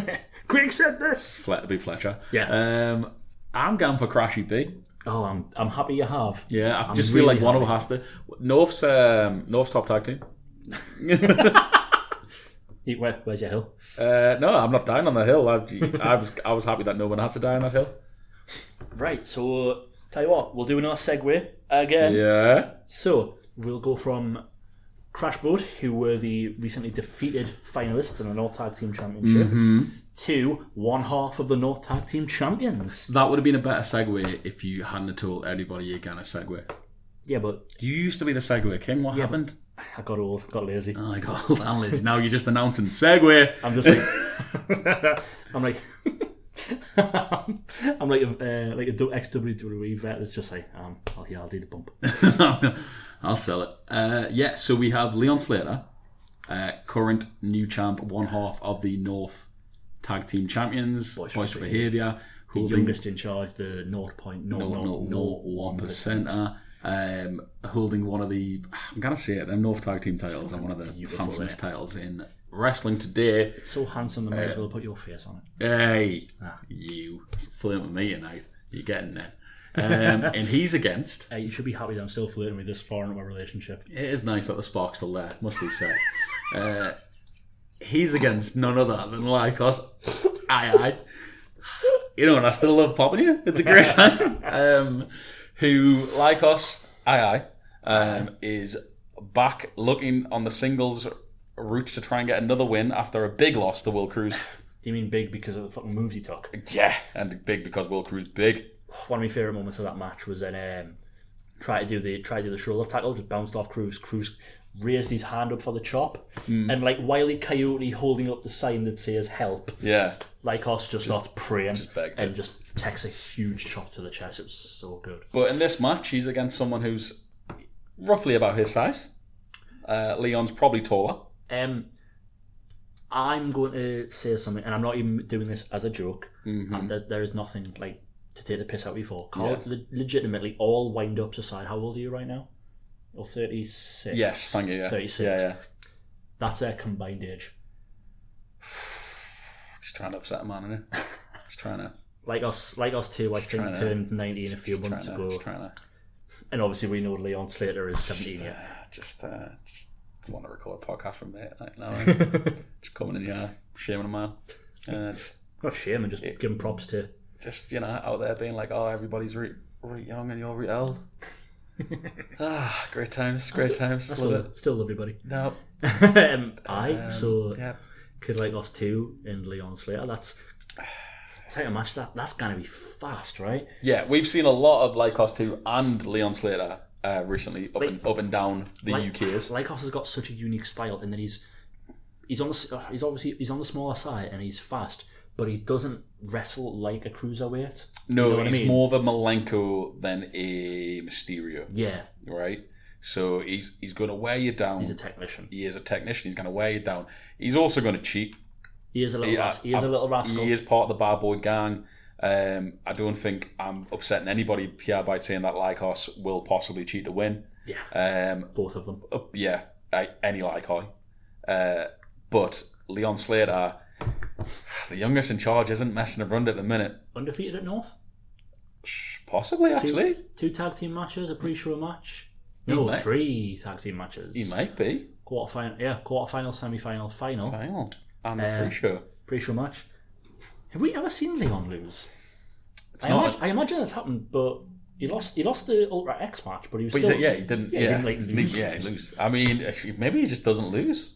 Greg said this.
Fle- be Fletcher.
Yeah.
Um, I'm going for Crashy B.
Oh, I'm I'm happy you have.
Yeah, I just
really
feel like one of them
happy.
has to. North's um, North's top tag team.
You- Where, where's your hill?
Uh, no, I'm not dying on the hill. I, I was I was happy that no one had to die on that hill.
Right. So uh, tell you what, we'll do another segue again.
Yeah.
So we'll go from Crash Boat, who were the recently defeated finalists in the North Tag Team Championship, to one half of the North Tag Team Champions.
That would have been a better segue if you hadn't told anybody you're going to segue.
Yeah, but
You used to be the segue king. What happened?
I got old, got lazy.
Oh, I got old and lazy. Now you're just announcing segue.
I'm just like, I'm like, I'm like a uh, like a ex WWE E vet that's just like, um, I'll yeah, I'll do the bump.
I'll sell it. Uh, yeah, so we have Leon Slater, uh, current new champ, one half of the North Tag Team Champions, Boys,
Boisterous
for Behaviour, who will be
Youngest in charge, the 0.001
one percenter, um, holding one of the I'm gonna say it, them North Tag Team titles and one of the handsomest titles in wrestling today.
So handsome, they may as well put your face on it.
Hey, you flirting with me tonight? You're getting there. Um, and he's against.
Uh, you should be happy that I'm still flirting with this far into my relationship.
It is nice that the spark's still there, must be said. uh, he's against none other than Lycos. Aye, aye. You know, and I still love popping you. It's a great time. Um, who, Lycos, aye, aye, um, is back looking on the singles route to try and get another win after a big loss to Will Cruz.
Do you mean big because of the fucking moves he took?
Yeah, and big because Will Cruz big.
one of my favorite moments of that match was when um, try to do the try to do the shoulder tackle, just bounced off Cruz. Cruz raised his hand up for the chop,
Hmm.
and like Wiley Coyote holding up the sign that says "Help,"
Yeah.
like us just, starts praying
begged
and just takes a huge chop to the chest. It was so good.
But in this match, he's against someone who's roughly about his size. Uh, Leon's probably taller.
Um, I'm going to say something, and I'm not even doing this as a joke.
Um,
And there, there is nothing like to take the piss out of you for. Carl,
Hmm. Yes.
le- legitimately, all wind ups aside, how old are you right now? Or 36?
Yes, thank you. Yeah.
36.
Yeah, yeah.
That's their combined age.
Just trying to upset a man, isn't it? Just trying to.
Like us, like us too. I think
trying to-
turned 19 a few
Just trying
months
to.
ago,
Just trying to.
and obviously we know Leon Slater is 17
Just, uh,
yet.
just, uh, just want to record a podcast from there. Like, now, eh? just coming in here, shaming a man. Uh, just,
Not shame and just giving props to.
just, you know, out there being like, oh, everybody's re, re young and you're re old. ah, great times, great times.
I
Love it.
Still, still love you, buddy.
No,
um, I so
yeah.
kid like us too and Leon Slater. That's take a match that that's gonna be fast, right?
Yeah, we've seen a lot of Lycos 2 and Leon Slater uh, recently up and, up and down the
Like-
UK's.
Lycos has got such a unique style, and then he's he's on the, s- uh, he's obviously he's on the smaller side and he's fast, but he doesn't wrestle like a cruiserweight.
No,
know what I
he's
mean?
more of a Malenko than a Mysterio,
Yeah,
right? So he's he's going to wear you down.
he's a technician.
he is a technician. He's going to wear you down. He's also going to cheat.
He is a little,
Yeah,
ras- he is a little rascal.
He is part of the bad boy gang. Um, I don't think I'm upsetting anybody Pierre by saying that Lycos will possibly cheat to win.
Yeah.
Um,
Both of them.
up, yeah, I, any Lycos. Uh, but Leon Slater, the youngest in charge, isn't messing around at the minute.
Undefeated at North.
Possibly, actually,
Two, two tag team matches, a pre-show match. No,
might.
three tag team matches.
he might be.
Quarterfinal, yeah, quarterfinal, semi-final, final.
Hang on, I'm not
Uh,
pretty sure.
Pre-show match. Have we ever seen Leon lose?
It's
I,
not.
imag- I imagine that's happened, but he lost. He lost the Ultra X match, but he was
but he
still.
did- yeah, he didn't.
Yeah,
Yeah,
he didn't, like, lose.
yeah, he lose. I mean, actually, maybe he just doesn't lose.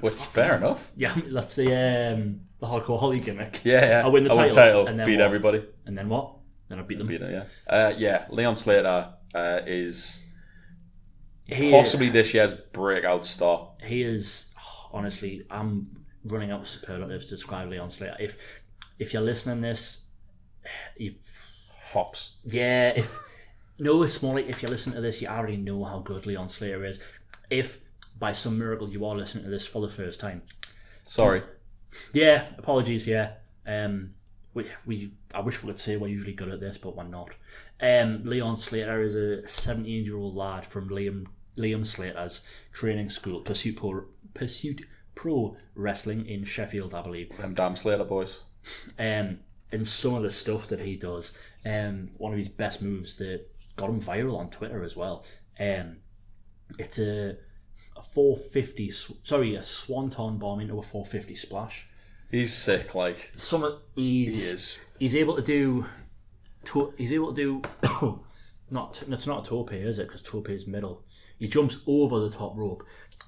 Which fair enough.
yeah. That's the um, the hardcore Holly gimmick.
Yeah, yeah.
I win the title, and then
beat
what?
everybody.
And then what? Then I beat them.
Beat it, yeah. Uh, yeah, Leon Slater uh, is
He,
possibly this year's breakout star.
he is honestly. I'm running out of superlatives to describe Leon Slater. If if you're listening this, if
Hops.
Yeah, if no, it's more like if you listen to this, you already know how good Leon Slater is. If by some miracle you are listening to this for the first time,
Sorry.
yeah, apologies, yeah. Um, we we I wish we could say we're usually good at this, but we're not. Um, Leon Slater is a 17 year old lad from Liam Liam Slater's training school, Pursuit Pro, Pursuit Pro Wrestling in Sheffield, I believe
Them damn Slater boys.
um, and some of the stuff that he does. Um, one of his best moves that got him viral on Twitter as well. Um, it's a, a 450, sw- sorry, a swanton bomb into a 450 splash.
He's sick, like.
Some of
He
he's
is.
he's able to do, to, he's able to do, not it's not a tope, is it? Because tope is middle. He jumps over the top rope,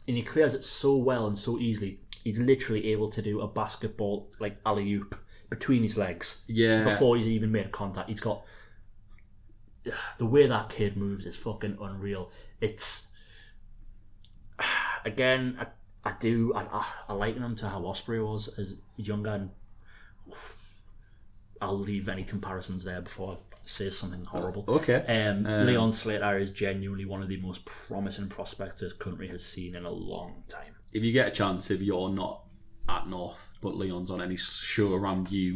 and he clears it so well and so easily. He's literally able to do a basketball like alley oop between his legs
Yeah.
before he's even made contact. He's got the way that kid moves is fucking unreal. It's again, I, I do I, I, I liken him to how Osprey was as younger, and I'll leave any comparisons there before I say something horrible.
Oh, okay.
Um, Leon Slater is genuinely one of the most promising prospects this country has seen in a long time.
if you get a chance, if you're not at North, but Leon's on any show around you,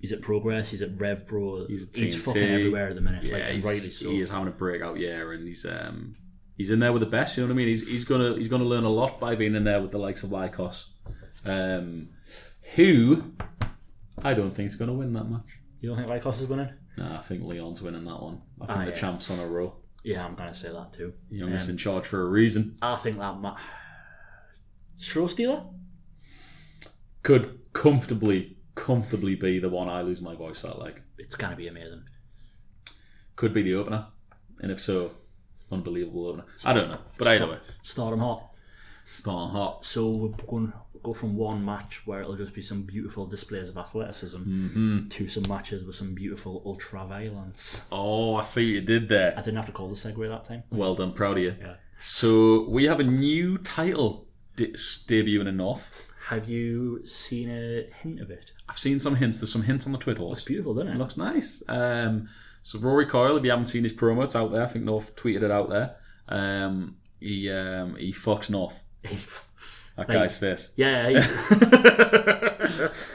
He's at Progress, he's at Rev Bro, he's,
at TNT.
fucking everywhere at the minute. like,
yeah,
and
he's,
rightly so.
he is having a breakout year, and he's um, he's in there with the best. You know what I mean? He's, he's gonna he's gonna learn a lot by being in there with the likes of Lycos, um, who I don't think is gonna win that much.
You don't think Lycos is winning?
Nah, I think Leon's winning that one. I think
Ah,
the
yeah.
champ's on a roll.
Yeah, I'm gonna say that too.
Youngest in charge for a reason.
I think that might. Show stealer?
Could comfortably comfortably be the one I lose my voice at. Like
It's gonna be amazing.
could be the opener, and if so, unbelievable opener. I don't know, but either way,
Start 'em hot.
starting hot.
So we're going go from one match where it'll just be some beautiful displays of athleticism
Mm-hmm.
to some matches with some beautiful ultra violence.
Oh, I see what you did
I
there.
didn't have to call the segue that time.
Well done, proud of you.
Yeah.
So we have a new title de- debuting in North.
Have you seen a hint of it?
I've seen some hints. There's some hints on the Twitter.
It's beautiful, doesn't it?
Looks nice. Um, so Rory Coyle, if you haven't seen his promo, it's out there. I think North tweeted it out there. Um, he um, he fucks North. That guy's face.
yeah.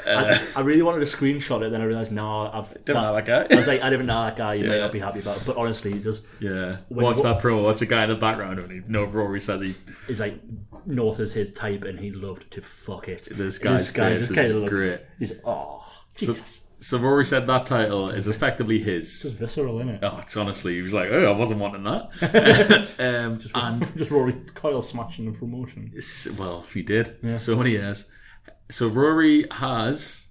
I, I really wanted to screenshot it, then I realised, no, I've.
Don't
that-
know that
I
guy.
was like, I didn't know that guy. You may
Yeah.
not be happy about it, but honestly, he just
Yeah.
When-
watch that promo. Watch a guy in the background. And he, no, Rory says he.
is like North is his type, and he loved to fuck it.
This
And
guy's face
kinda
is great.
He's oh, Jesus,
So Rory said that title is effectively his.
it's visceral, isn't it?
Oh, it's honestly, he was like, oh, I wasn't wanting that. um, and,
just Rory Coyle smashing the promotion.
s- well, he did. So many years. So Rory has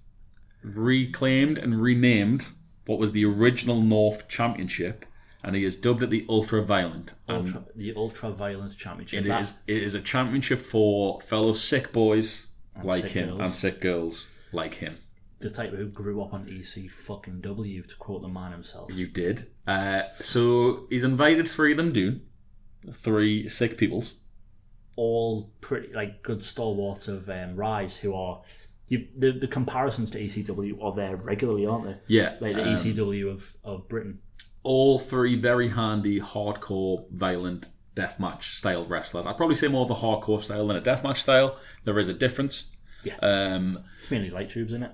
reclaimed and renamed what was the original North Championship, and he has dubbed it the Ultra Violent. And
Ultra, the ultra violence championship.
Um, it
That-
is, it is a championship for fellow sick boys like
sick
him
girls.
and sick girls like him.
the type who grew up on EC fucking W, to quote the man himself.
You did. Uh, so he's invited three of them down, three sick peoples.
All pretty like good stalwarts of um, Rise, who are you, the the comparisons to ECW are there regularly, aren't they?
Yeah.
Like the E
um,
ECW of, of Britain.
all three very handy, hardcore, violent deathmatch style wrestlers. I'd probably say more of a hardcore style than a deathmatch style. There is a difference.
Yeah.
Um,
It's mainly light tubes, isn't it?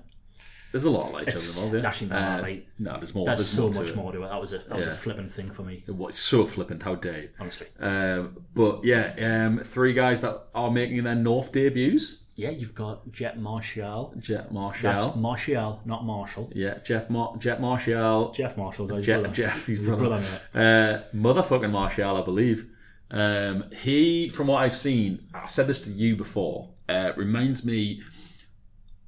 there's a lot of light
It's
shows involved. Yeah.
actually
Uh,
not light.
No, there's more.
There's
there's
so
to
much
it.
more to it. That was a that was a
Yeah.
flippant thing for me,
It was so flippant. How dare you?
honestly.
Um, but yeah, um, three guys that are making their North debuts:
Yeah, you've got Jet Marshall.
Jet Marshall.
That's Marshall, not Marshall.
yeah, Jeff Mar- Jet Marshall.
Jeff Marshall's his
Je-
brother.
Jeff, his
His
brother.
brother, mate.
Uh, motherfucking Martial, I believe. Um, he, from what I've seen, I said this to you before. Uh, reminds me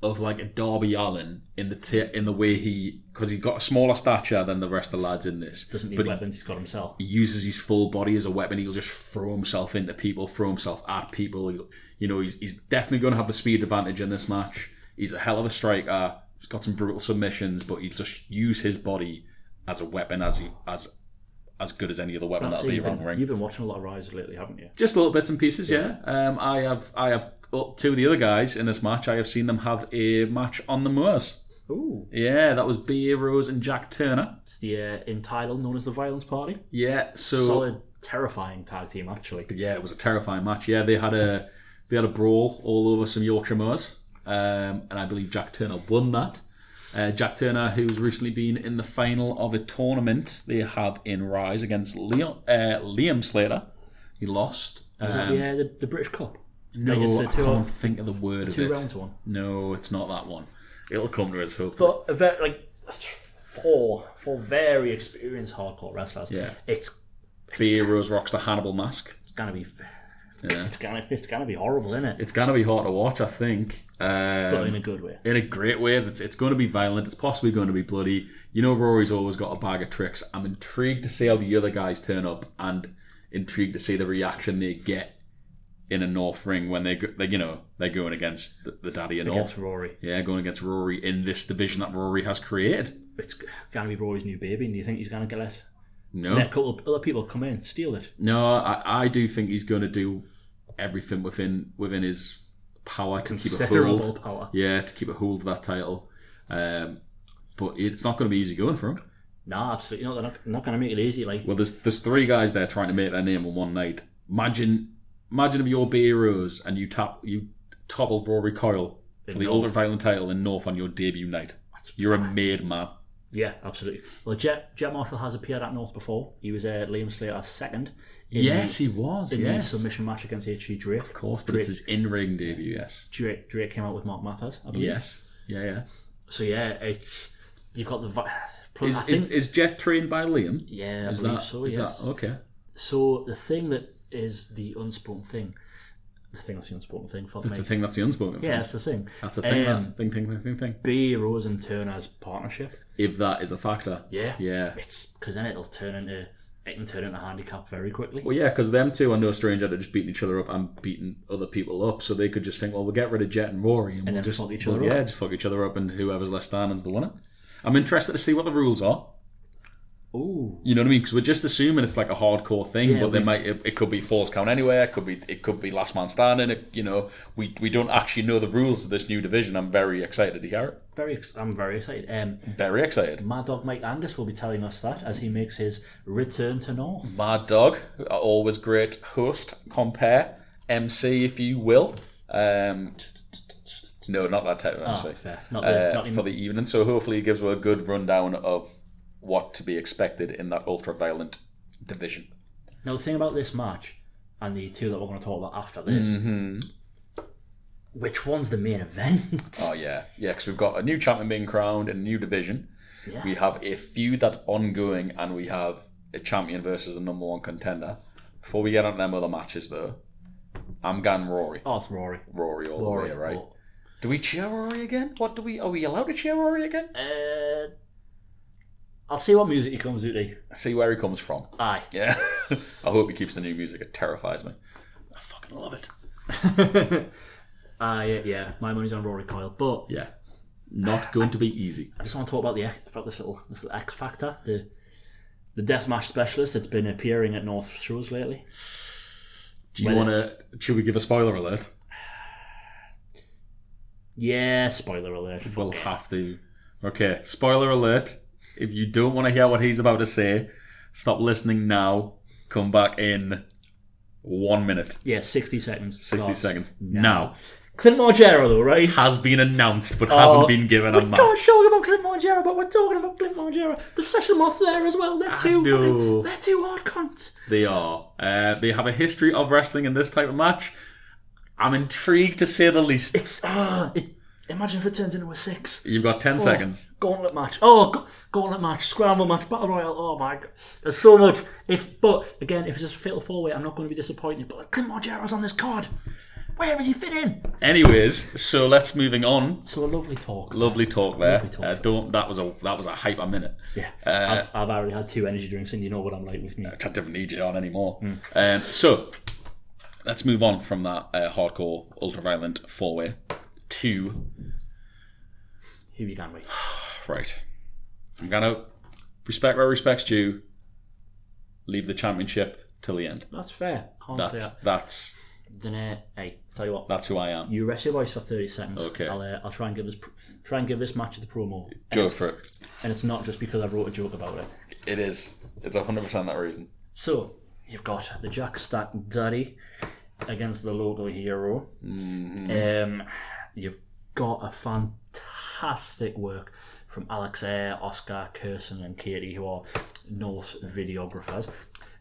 of like a Darby Allen in the t- in the way he because he got a smaller stature than the rest of the lads in this.
Doesn't need
but he-
weapons, he's got himself.
He, uses his full body as a weapon. He'll just throw himself into people, throw himself at people. He'll- you know, he's he's definitely going to have the speed advantage in this match. He's a hell of a striker. He's got some brutal submissions, but he'll just use his body as a weapon, as he, as as good as any other weapon
So
that'll be
you've,
around the
been,
ring.
you've been watching a lot of Rise lately, haven't you?
Just little bits and pieces, yeah. Um, I have I have well, two of the other guys in this match. I have seen them have a match on the moors.
Ooh.
Yeah, that was B. Rose and Jack Turner.
It's the uh, entitled known as the Violence Party.
Yeah, so
Solid, terrifying tag team, actually.
yeah, it was a terrifying match. Yeah, they had a they had a brawl all over some Yorkshire moors, um, and I believe Jack Turner won that. Uh, Jack Turner, who's recently been in the final of a tournament they have in Rise against Liam, uh, Liam Slater, he lost. Um,
yeah, the, the British Cup.
no,
it's a
I
two-
can't think of the word
Two
of it.
rounds one.
No, it's not that one. It'll come to us, hopefully.
But a ve- like four, four very experienced hardcore wrestlers.
Yeah.
It's
Be Rose rocks the Hannibal mask.
it's gonna be
Yeah.
it's gonna it's gonna be horrible, isn't it?
It's gonna be hard to watch, I think.
but
Um,
in a good way.
in a great way. That's it's going to be violent. It's possibly going to be bloody. You know, Rory's always got a bag of tricks. I'm intrigued to see how the other guys turn up, and intrigued to see the reaction they get in a North ring when they, go, they you know, they're going against the, the daddy of
Against
North.
Rory.
Yeah, going against Rory in this division that Rory has created.
It's gonna be Rory's new baby, and do you think he's gonna get let,
No,
let a couple of other people come in, steal it?
No, I, I do think he's going to do everything within within his power to keep a
Considerable
hold.
power.
Yeah, to keep a hold of that title. Um, but it's not going to be easy going for him.
No, absolutely not. They're not, not gonna make it easy. Like
Well, there's there's three guys there trying to make their name on one night. Imagine imagine if you're B Rose and you tap you toppled Rory Coyle for the
North.
ultra violent title in North on your debut night. You're a made man.
Yeah, absolutely. Well, Jet, Jet Marshall has appeared at North before. He was uh, Liam Slater's second. In
Yes,
the,
he was.
in
Yes,
the submission match against HG Drake.
of course, but it's his in ring debut. Yes,
Drake, Drake came out with Mark Mathers, I believe.
yes, yeah, yeah.
So yeah, it's you've got the. vi- Plus,
Is,
I think,
is, is Jet trained by Liam?
yeah, I
Is
believe
that,
so.
is
yes.
that okay?
So the thing that is the unspoken thing, the thing that's the unspoken thing for me.
The thing that's the unspoken
Yeah,
thing.
that's the thing.
That's a thing,
Um,
that. thing, thing, thing, thing, thing.
B Rose and Turner's partnership.
If that is a factor.
Yeah.
Yeah.
It's because then it'll turn into it can turn into handicap very quickly.
Well, yeah, because them two are no stranger to just beating each other up and beating other people up. So they could just think, well, we'll get rid of Jet and Rory and, we'll
then
just
fuck each
we'll-
other
yeah,
up.
just fuck each other up, and whoever's left standing's the winner. I'm interested to see what the rules are.
Ooh,
You know what I mean? Because we're just assuming it's like a hardcore thing,
Yeah,
but they
we've-
might it, it could be false count anywhere. It could be it could be last man standing. It, you know, we we don't actually know the rules of this new division. I'm very excited to hear it.
very. Ex- I'm very excited. Um,
Very excited.
Mad Dog Mike Angus will be telling us that as he makes his return to North.
Mad Dog, always great host, compare, MC, if you will. Um, no, not that type of
Ah,
MC.
fair. Not the,
uh,
not in-
for the evening. So hopefully it gives us a good rundown of what to be expected in that ultra violent division.
now, the thing about this match and the two that we're going to talk about after this,
Mm-hmm.
which one's the main event?
Oh yeah, yeah, because we've got a new champion being crowned in a new division.
Yeah.
We have a feud that's ongoing, and we have a champion versus a number one contender. Before we get on to them other matches, though, I'm going Rory.
Oh, it's Rory.
Rory all
Rory,
the way, right?
well,
Do we cheer Rory again? What do we? Are we allowed to cheer Rory again?
Uh, I'll see what music he comes out to.
See where he comes from.
Aye.
Yeah. I hope he keeps the new music. It terrifies me. I fucking love it.
Aye, Ah, yeah, yeah. My money's on Rory Coyle. But
Yeah. Not going to be easy.
I just want to talk about the X- about this little this little X Factor, the the deathmatch specialist that's been appearing at North shows lately.
Do you want to? Should we give a spoiler alert?
Yeah, spoiler alert. Fuck
We'll
it.
have to. Okay, spoiler alert. If you don't want to hear what he's about to say, stop listening now. Come back in one minute,
Yeah, 60 seconds.
60
Starts
seconds. Now.
Clint Margera, though, right?
Has been announced but hasn't been given
we
a match.
can't talk about Clint Margera, but we're talking about Clint Margera. The session moths there as well. They're too, fucking-
know.
they're too hard cunts.
They are. Uh, they have a history of wrestling in this type of match. I'm intrigued to say the least.
It's ah, it, imagine if it turns into a six.
You've got 10 seconds.
Gauntlet match. Oh, ga- gauntlet match. Scramble match. Battle royal. Oh my god, there's so much. If but again, if it's just a fatal four way, I'm not going to be disappointed. But Clint Margera's on this card. Where is he fit in?
Anyways, so let's moving on.
So a lovely talk.
Lovely talk there.
Lovely talk.
Uh, don't that was a that was a hype a minute.
yeah,
Uh,
I've, I've already had two energy drinks, and you know what I'm like with me.
I don't need you on anymore.
Hmm.
Um, so let's move on from that uh, hardcore, ultra violent four way to
Who you can with?
right. I'm gonna respect where respects due. Leave the championship till the end.
That's fair. Can't say
That's
that.
that's
Then uh, hey, tell you what.
that's who I am.
You rest your voice for thirty seconds.
Okay.
I'll, uh, I'll try and give this pr- try and give this match the promo,
Go for it.
and it's not just because I wrote a joke about it.
It is. It's hundred percent that reason.
So you've got the Jack Stack Daddy against the local hero. Um, you've got a fantastic work from Alex Eyre, Oscar Kirsten, and Katie, who are North videographers.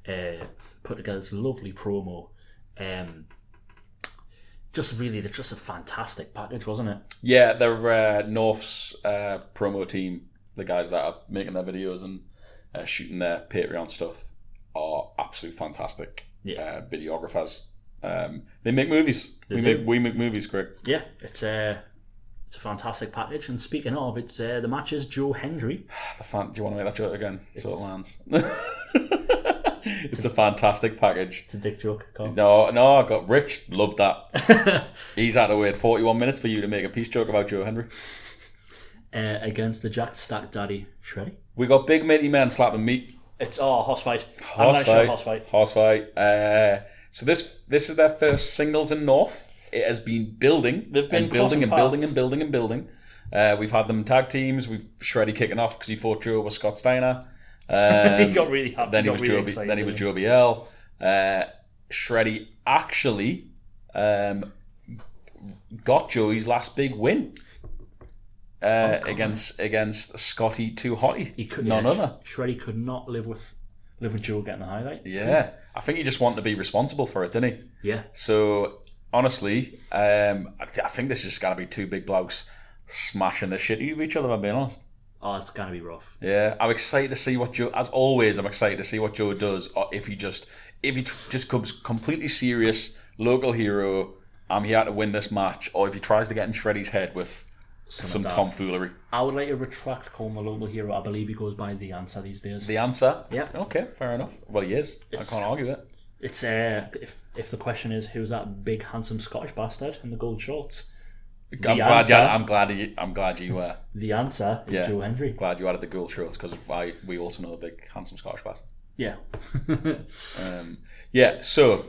Uh, put together this lovely promo. Um, just really, they're just a fantastic package, wasn't it?
Yeah, they're uh, North's uh, promo team. The guys that are making their videos and uh, shooting their Patreon stuff are absolute fantastic
Yeah.
uh, videographers. Um, they make movies. we
do.
make we make movies, Craig.
Yeah, it's a it's a fantastic package. And speaking of, it's uh, the match is Joe Hendry.
The fan, do you want to make that joke again? so it lands. it's a fantastic package.
It's a dick joke. Carl.
No, no, I got Rich. Loved that. He's had to wait 41 minutes for you to make a peace joke about Joe Henry.
uh, against the Jack Stack Daddy Shreddy.
We got Big Matey Man slapping meat.
It's oh horse fight. I'm
Horse
not sure
fight.
horse fight.
Horse fight. Uh, so this this is their first singles in North. It has been building.
They've been
and building
crossing
and building
paths.
and building and building. Uh, we've had them in tag teams. We've Shreddy kicking off because he fought Joe with Scott Steiner. Um,
He got really happy.
Then he
got
was
really
Joe. B-
excited,
Then he was
didn't
Joe BL. Uh, Shreddy actually um, got Joey's last big win. Uh, against against Scotty Too Hotty,
Oh, He could
none
yeah,
other.
Sh- Shreddy could not live with live with Joe getting the highlight.
Yeah, I think he just wanted to be responsible for it, didn't he?
Yeah.
So honestly, um, I, I think this is just gotta be two big blokes smashing the shit out of each other. If I'm being honest.
Oh, it's gonna be rough.
Yeah, I'm excited to see what Joe. As always, I'm excited to see what Joe does. Or if he just if he tr- just comes completely serious, local hero. I'm here to win this match, or if he tries to get in Shreddy's head with
Some,
some
of that.
tomfoolery.
I would like to retract call my local hero. I believe he goes by the answer these days.
The answer?
Yeah.
Okay, fair enough. Well, he is.
It's-
I can't argue it.
it's uh, if if the question is who's that big handsome Scottish bastard in the gold shorts,
I'm glad,
answer-
you, I'm glad you. I'm glad you were.
the answer is
Yeah.
Joe Hendry.
glad you added the girl shorts because we also know the big handsome Scottish bastard.
Yeah.
Um, yeah, so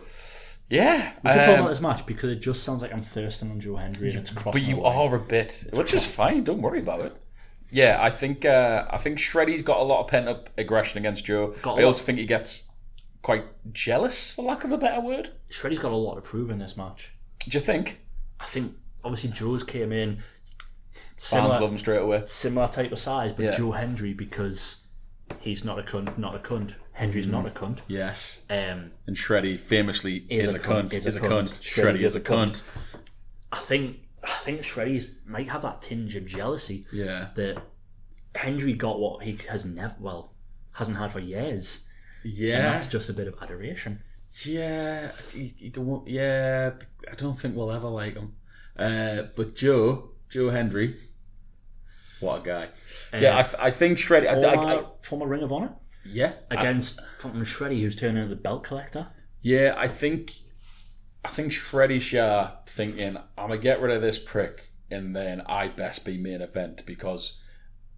yeah,
We should talk about
um,
this match because it just sounds like I'm thirsting on Joe Hendry and it's
but
crossing.
you
our way.
are a bit, which is fine. Don't worry about it. Yeah, I think uh, I think Shreddy's got a lot of pent up aggression against Joe.
Got a
I
lot.
also think he gets quite jealous, for lack of a better word.
Shreddy's got a lot to prove in this match.
Do you think
I think obviously Joe's came in
fans love
similar,
him straight away?
similar type of size, but
Yeah.
Joe Hendry because he's not a cunt, not a cunt. Hendry's
Mm-hmm.
not a cunt.
Yes,
Um,
and Shreddy famously is, a cunt. Is, a cunt. Shreddy, is a cunt.
I think I think Shreddy's might have that tinge of jealousy
Yeah,
that Hendry got what he has never well hasn't had for years.
yeah.
That's just a bit of adoration.
Yeah, you, you can, wa- yeah. I don't think we'll ever like him. Uh, but Joe, Joe Hendry, what a guy! yeah, I, th- I think Shreddy. I,
Former,
I, I,
former Ring of Honor
yeah, I,
against fucking Shreddy, who's turning into the belt collector.
yeah. I think, I think Shreddy Shah thinking I'm gonna get rid of this prick, and then I best be main event because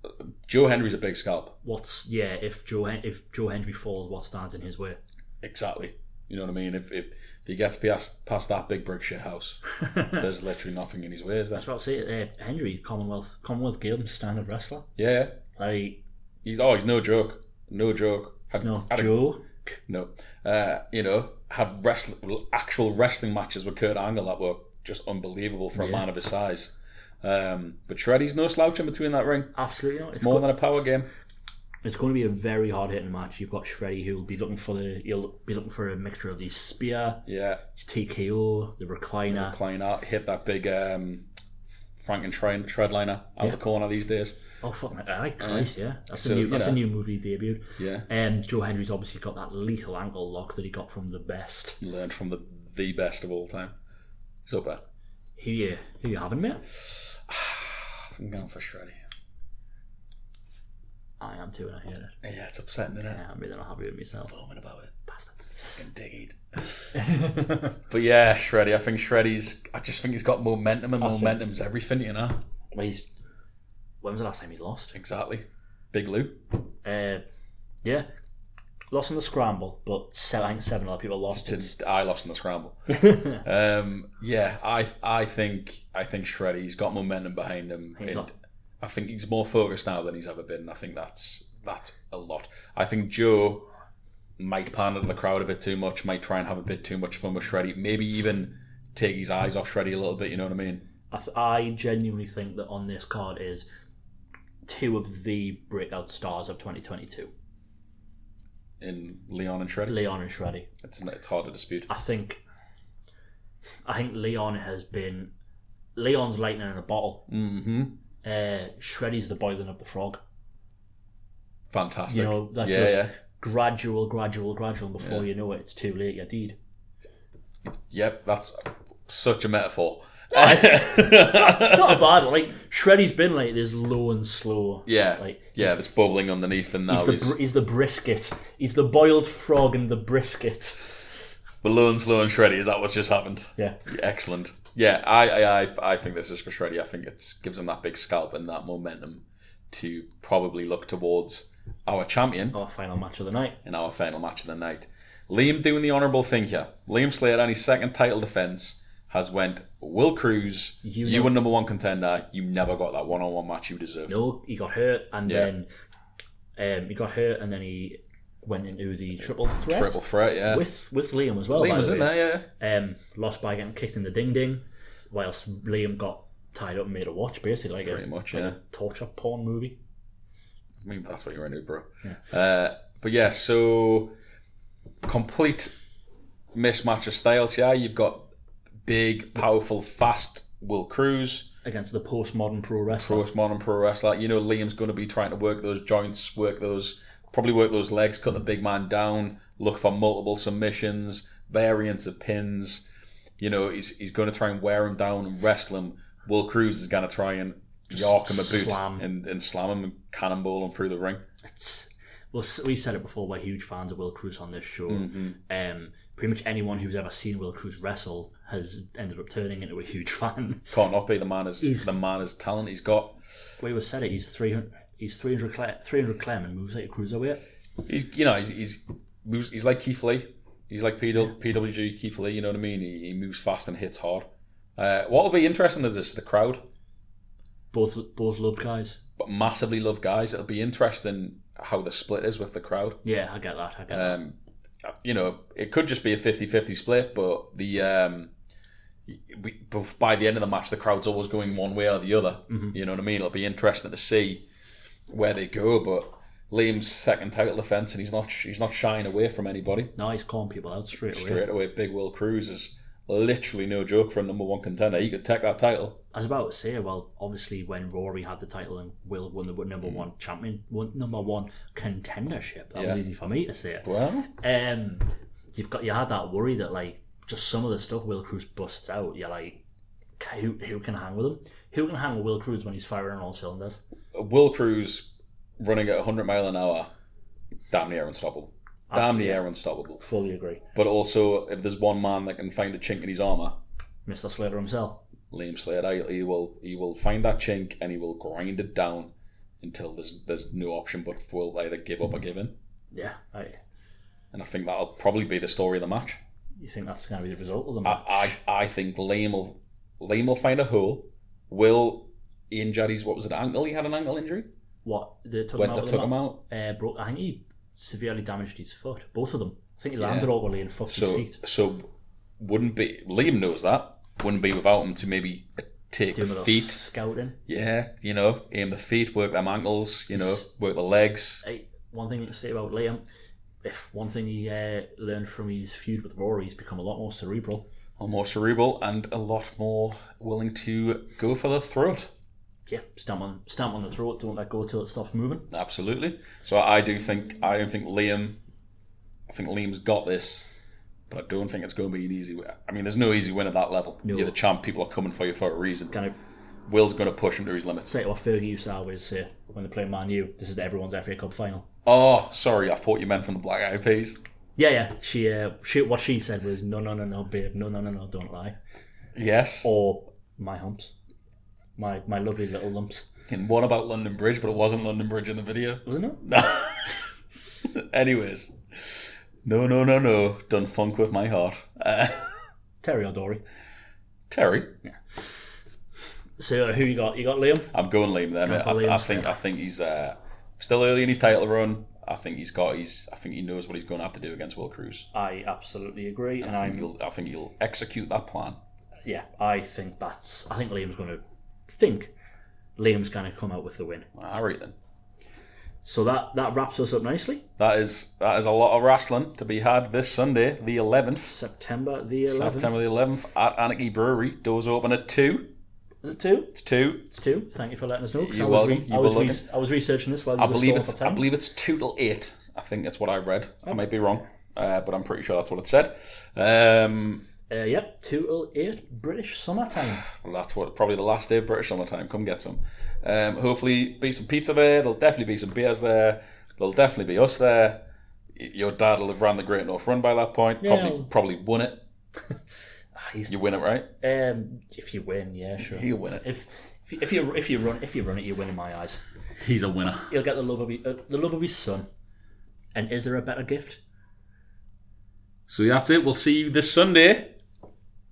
uh, Joe Henry's a big scalp.
What's yeah? If Joe Hen- if Joe Hendry falls, what stands in his way?
Exactly. You know what I mean? If if, if he gets past past that big brick shit house, there's literally nothing in his way, is there?
That's what I'll say. Uh, Henry, Commonwealth Commonwealth Games standard wrestler.
Yeah, yeah.
Like,
He's oh, he's no joke, no joke. Had,
no,
had a-
Joe.
no. Uh, you know, had wrestling actual wrestling matches with Kurt Angle that were just unbelievable for a man of his size. Um, but Shreddy's no slouch in between that ring.
Absolutely not. It's,
More
go-
than a power game.
it's going to be a very hard hitting match. You've got Shreddy who will be looking for the he'll be looking for a mixture of the spear,
Yeah,
his TKO, the recliner.
playing out, hit that big um, Franken tread, treadliner out the corner these days.
Oh fuck! my- Aye, Christ, yeah. That's
So,
a new
you
that's a
know.
new movie debuted.
Yeah,
Um, Joe Henry's obviously got that lethal ankle lock that he got from the best.
learned from the the best of all time. He's up there.
Who you who you having, mate?
I'm going for Shreddy.
I am too, and I hear it.
Yeah, it's upsetting, isn't it?
Yeah, I'm really not happy with myself.
Moment about it.
Bastard.
Indeed. but yeah, Shreddy. I think Shreddy's. I just think he's got momentum, and momentum's everything. You know.
Well, he's. When was the last time he lost?
Exactly. Big Lou.
Uh, yeah, lost in the scramble, but seven, I think seven other people lost. It's,
Since I lost in the scramble. um, yeah, I I think I think Shreddy's got momentum behind him.
He's
And
not-
I think he's more focused now than he's ever been. and I think that's that's a lot. I think Joe might pan at the crowd a bit too much, might try and have a bit too much fun with Shreddy, maybe even take his eyes off Shreddy a little bit, you know what I mean?
I, th- I genuinely think that on this card is two of the breakout stars of 2022,
In Leon and Shreddy.
Leon and Shreddy.
It's it's hard to dispute.
I think I think Leon has been Leon's lightning in a bottle.
Mm-hmm.
Uh, Shreddy's the boiling of the frog.
Fantastic.
You know that
yeah,
just
yeah.
gradual, gradual, gradual. And before you know it, it's too late. You deed.
Yep, that's such a metaphor.
It's not a bad one. Like Shreddy's been like this low and slow.
Yeah,
Like,
yeah, that's bubbling underneath, and now
He's
Oh, he's,
the, br- he's the brisket. He's the boiled frog and the brisket.
below and slow and shreddy. Is that what's just happened?
Yeah.
Excellent. Yeah, I, I, I, I think this is for Shreddy. I think it gives him that big scalp and that momentum to probably look towards our champion
Our final match of the night.
in our final match of the night. Liam doing the honourable thing here. Liam Slater on his second title defence has went Will Cruz. You,
know-
were number one contender. You never got that one on one match you deserved.
No, he got hurt and
Yeah.
then um, he got hurt and then he went into the triple threat
Triple threat, yeah.
with with Liam as well. by
Liam was
the
in
way.
there, yeah.
um, lost by getting kicked in the ding ding, whilst Liam got tied up and made a watch, basically like
Pretty
a
much,
like
yeah.
a torture porn movie.
I mean, that's what you're into, bro. Uh, but yeah, so complete mismatch of styles. Yeah, you've got big, powerful, fast Will Cruz,
Against the postmodern pro wrestler.
postmodern pro wrestler. You know, Liam's going to be trying to work those joints, work those, probably work those legs, cut the big man down, look for multiple submissions, variants of pins. You know, he's, he's going to try and wear him down and wrestle him. Will Cruz is going to try and yark him a boot
slam.
And, and slam him and cannonball him through the ring.
It's, well, s- we said it before, we're huge fans of Will Cruz on this show.
Mm-hmm.
Um, pretty much anyone who's ever seen Will Cruz wrestle has ended up turning into a huge fan.
can't not be the man is the man is talent he's got.
we were said it, he's 300, he's 300, cle- 300 clem and moves like a cruiserweight.
He's you know he's he's, moves, he's like Keith Lee. He's like PW, PWG Keith Lee. You know what I mean? He, he moves fast and hits hard. Uh, what will be interesting is this the crowd
Both, both loved guys.
but massively love guys. It'll be interesting how the split is with the crowd.
Yeah, I get that. I get that.
Um, you know, it could just be a 50-50 split, but the um, we, bef- by the end of the match, the crowd's always going one way or the other. You know what I mean? It'll be interesting to see where they go. But Liam's second title defense, and he's not he's not shying away from anybody.
No, he's calling people out straight away.
Straight away, Big Will Cruz is literally no joke for a number one contender. He could take that title.
I was about to say, well, obviously when Rory had the title and Will won the
Mm.
number one champion, won number one contendership. That
Yeah.
was easy for me to say.
Well,
Um, you've got you had that worry that like just some of the stuff Will Cruz busts out. You're like, "Ca- who who can hang with him? Who can hang with Will Cruz when he's firing on all cylinders?
Will Cruz running at hundred mile an hour, damn near unstoppable. Damn near unstoppable.
Fully agree,
But also, if there's one man that can find a chink in his armor,
Mister Slater himself.
Liam Slater, he, he will he will find that chink and he will grind it down until there's there's no option but for Will to either give up or give in.
Yeah, I,
and I think that'll probably be the story of the match.
You think that's going to be the result of the match?
I I, I think Lame will Lame will find a hole. Will Ian Jaddy's what was it ankle? He had an ankle injury
what they took
when
him
they
out.
took him out.
Uh, broke, I think he severely damaged his foot. Both of them. I think he landed awkwardly and fucked
So
his feet.
so wouldn't be Liam knows that wouldn't be without him to maybe take
Doing a
the
little
feet.
scouting.
Yeah, you know, aim the feet, work them ankles, you know,
It's-
work the legs.
Hey, one thing to say about Liam, if one thing he uh, learned from his feud with Rory, he's become a lot more cerebral.
Are more cerebral and a lot more willing to go for the throat.
Yeah, stamp on stamp on the throat, don't let go till it stops moving.
Absolutely. So I do think I don't think Liam. I think Liam's got this, but I don't think it's going to be an easy. win. I mean, there's no easy win at that level.
No.
You're the champ. People are coming for you for a reason.
Kind of
Will's going to push him to his limits.
say what Fergie used to always say when they play Man U, this is everyone's FA Cup final.
Oh, sorry, I thought you meant from the Black Eyed Peas.
Yeah, yeah. She, uh, she, what she said was, no, no, no, no, babe, no, no, no, no, don't lie.
Yes.
Or my humps, my my lovely little lumps.
And one about London Bridge, but it wasn't London Bridge in the video.
Wasn't it?
Anyways, no, no, no, no. Done funk with my heart. Uh,
Terry or Dory.
Terry,
So uh, who you got? You got Liam.
I'm going Liam then.
Going
mate.
for
I, I
Liam's
think
fair.
I think he's uh, still early in his title run. I think he's got. He's. I think he knows what he's going to have to do against Will Cruz.
I absolutely agree, and
I think
I'm
he'll. I think he'll execute that plan.
yeah, I think that's. I think Liam's going to think Liam's going to come out with the win.
All right then.
So that that wraps us up nicely.
That is that is a lot of wrestling to be had this Sunday, the 11th,
September the eleventh.
September the 11th at Anarchy Brewery. Doors open at two.
Is it two?
It's two.
It's two. Thank you for letting us know. 'cause
You're
I was
welcome.
I
You
was,
were
re-
looking.
I was researching this while you
I
were
believe
still
it's. I believe it's two till eight. I think that's what I read. I might be wrong, uh, but I'm pretty sure that's what it said. Um,
uh, Yep, two till eight British summertime.
Well, that's what probably the last day of British summertime. Come get some. Um, hopefully, be some pizza there. There'll definitely be some beers there. There'll definitely be us there. Y- Your dad will have ran the Great North Run by that point. Probably,
Yeah.
probably won it.
he's-
you win it, right?
Um, if you win, yeah, sure.
You win it.
If if you, if you if you run if you run it, you win in my eyes.
He's a winner.
He'll get the love of his, uh, the love of his son. And is there a better gift?
So that's it. We'll see you this Sunday,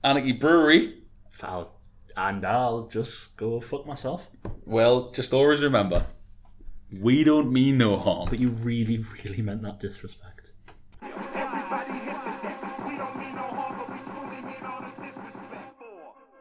Anarchy Brewery.
I'll, and I'll just go fuck myself.
Well, just always remember,
we don't mean no harm.
But you really, really meant that disrespect.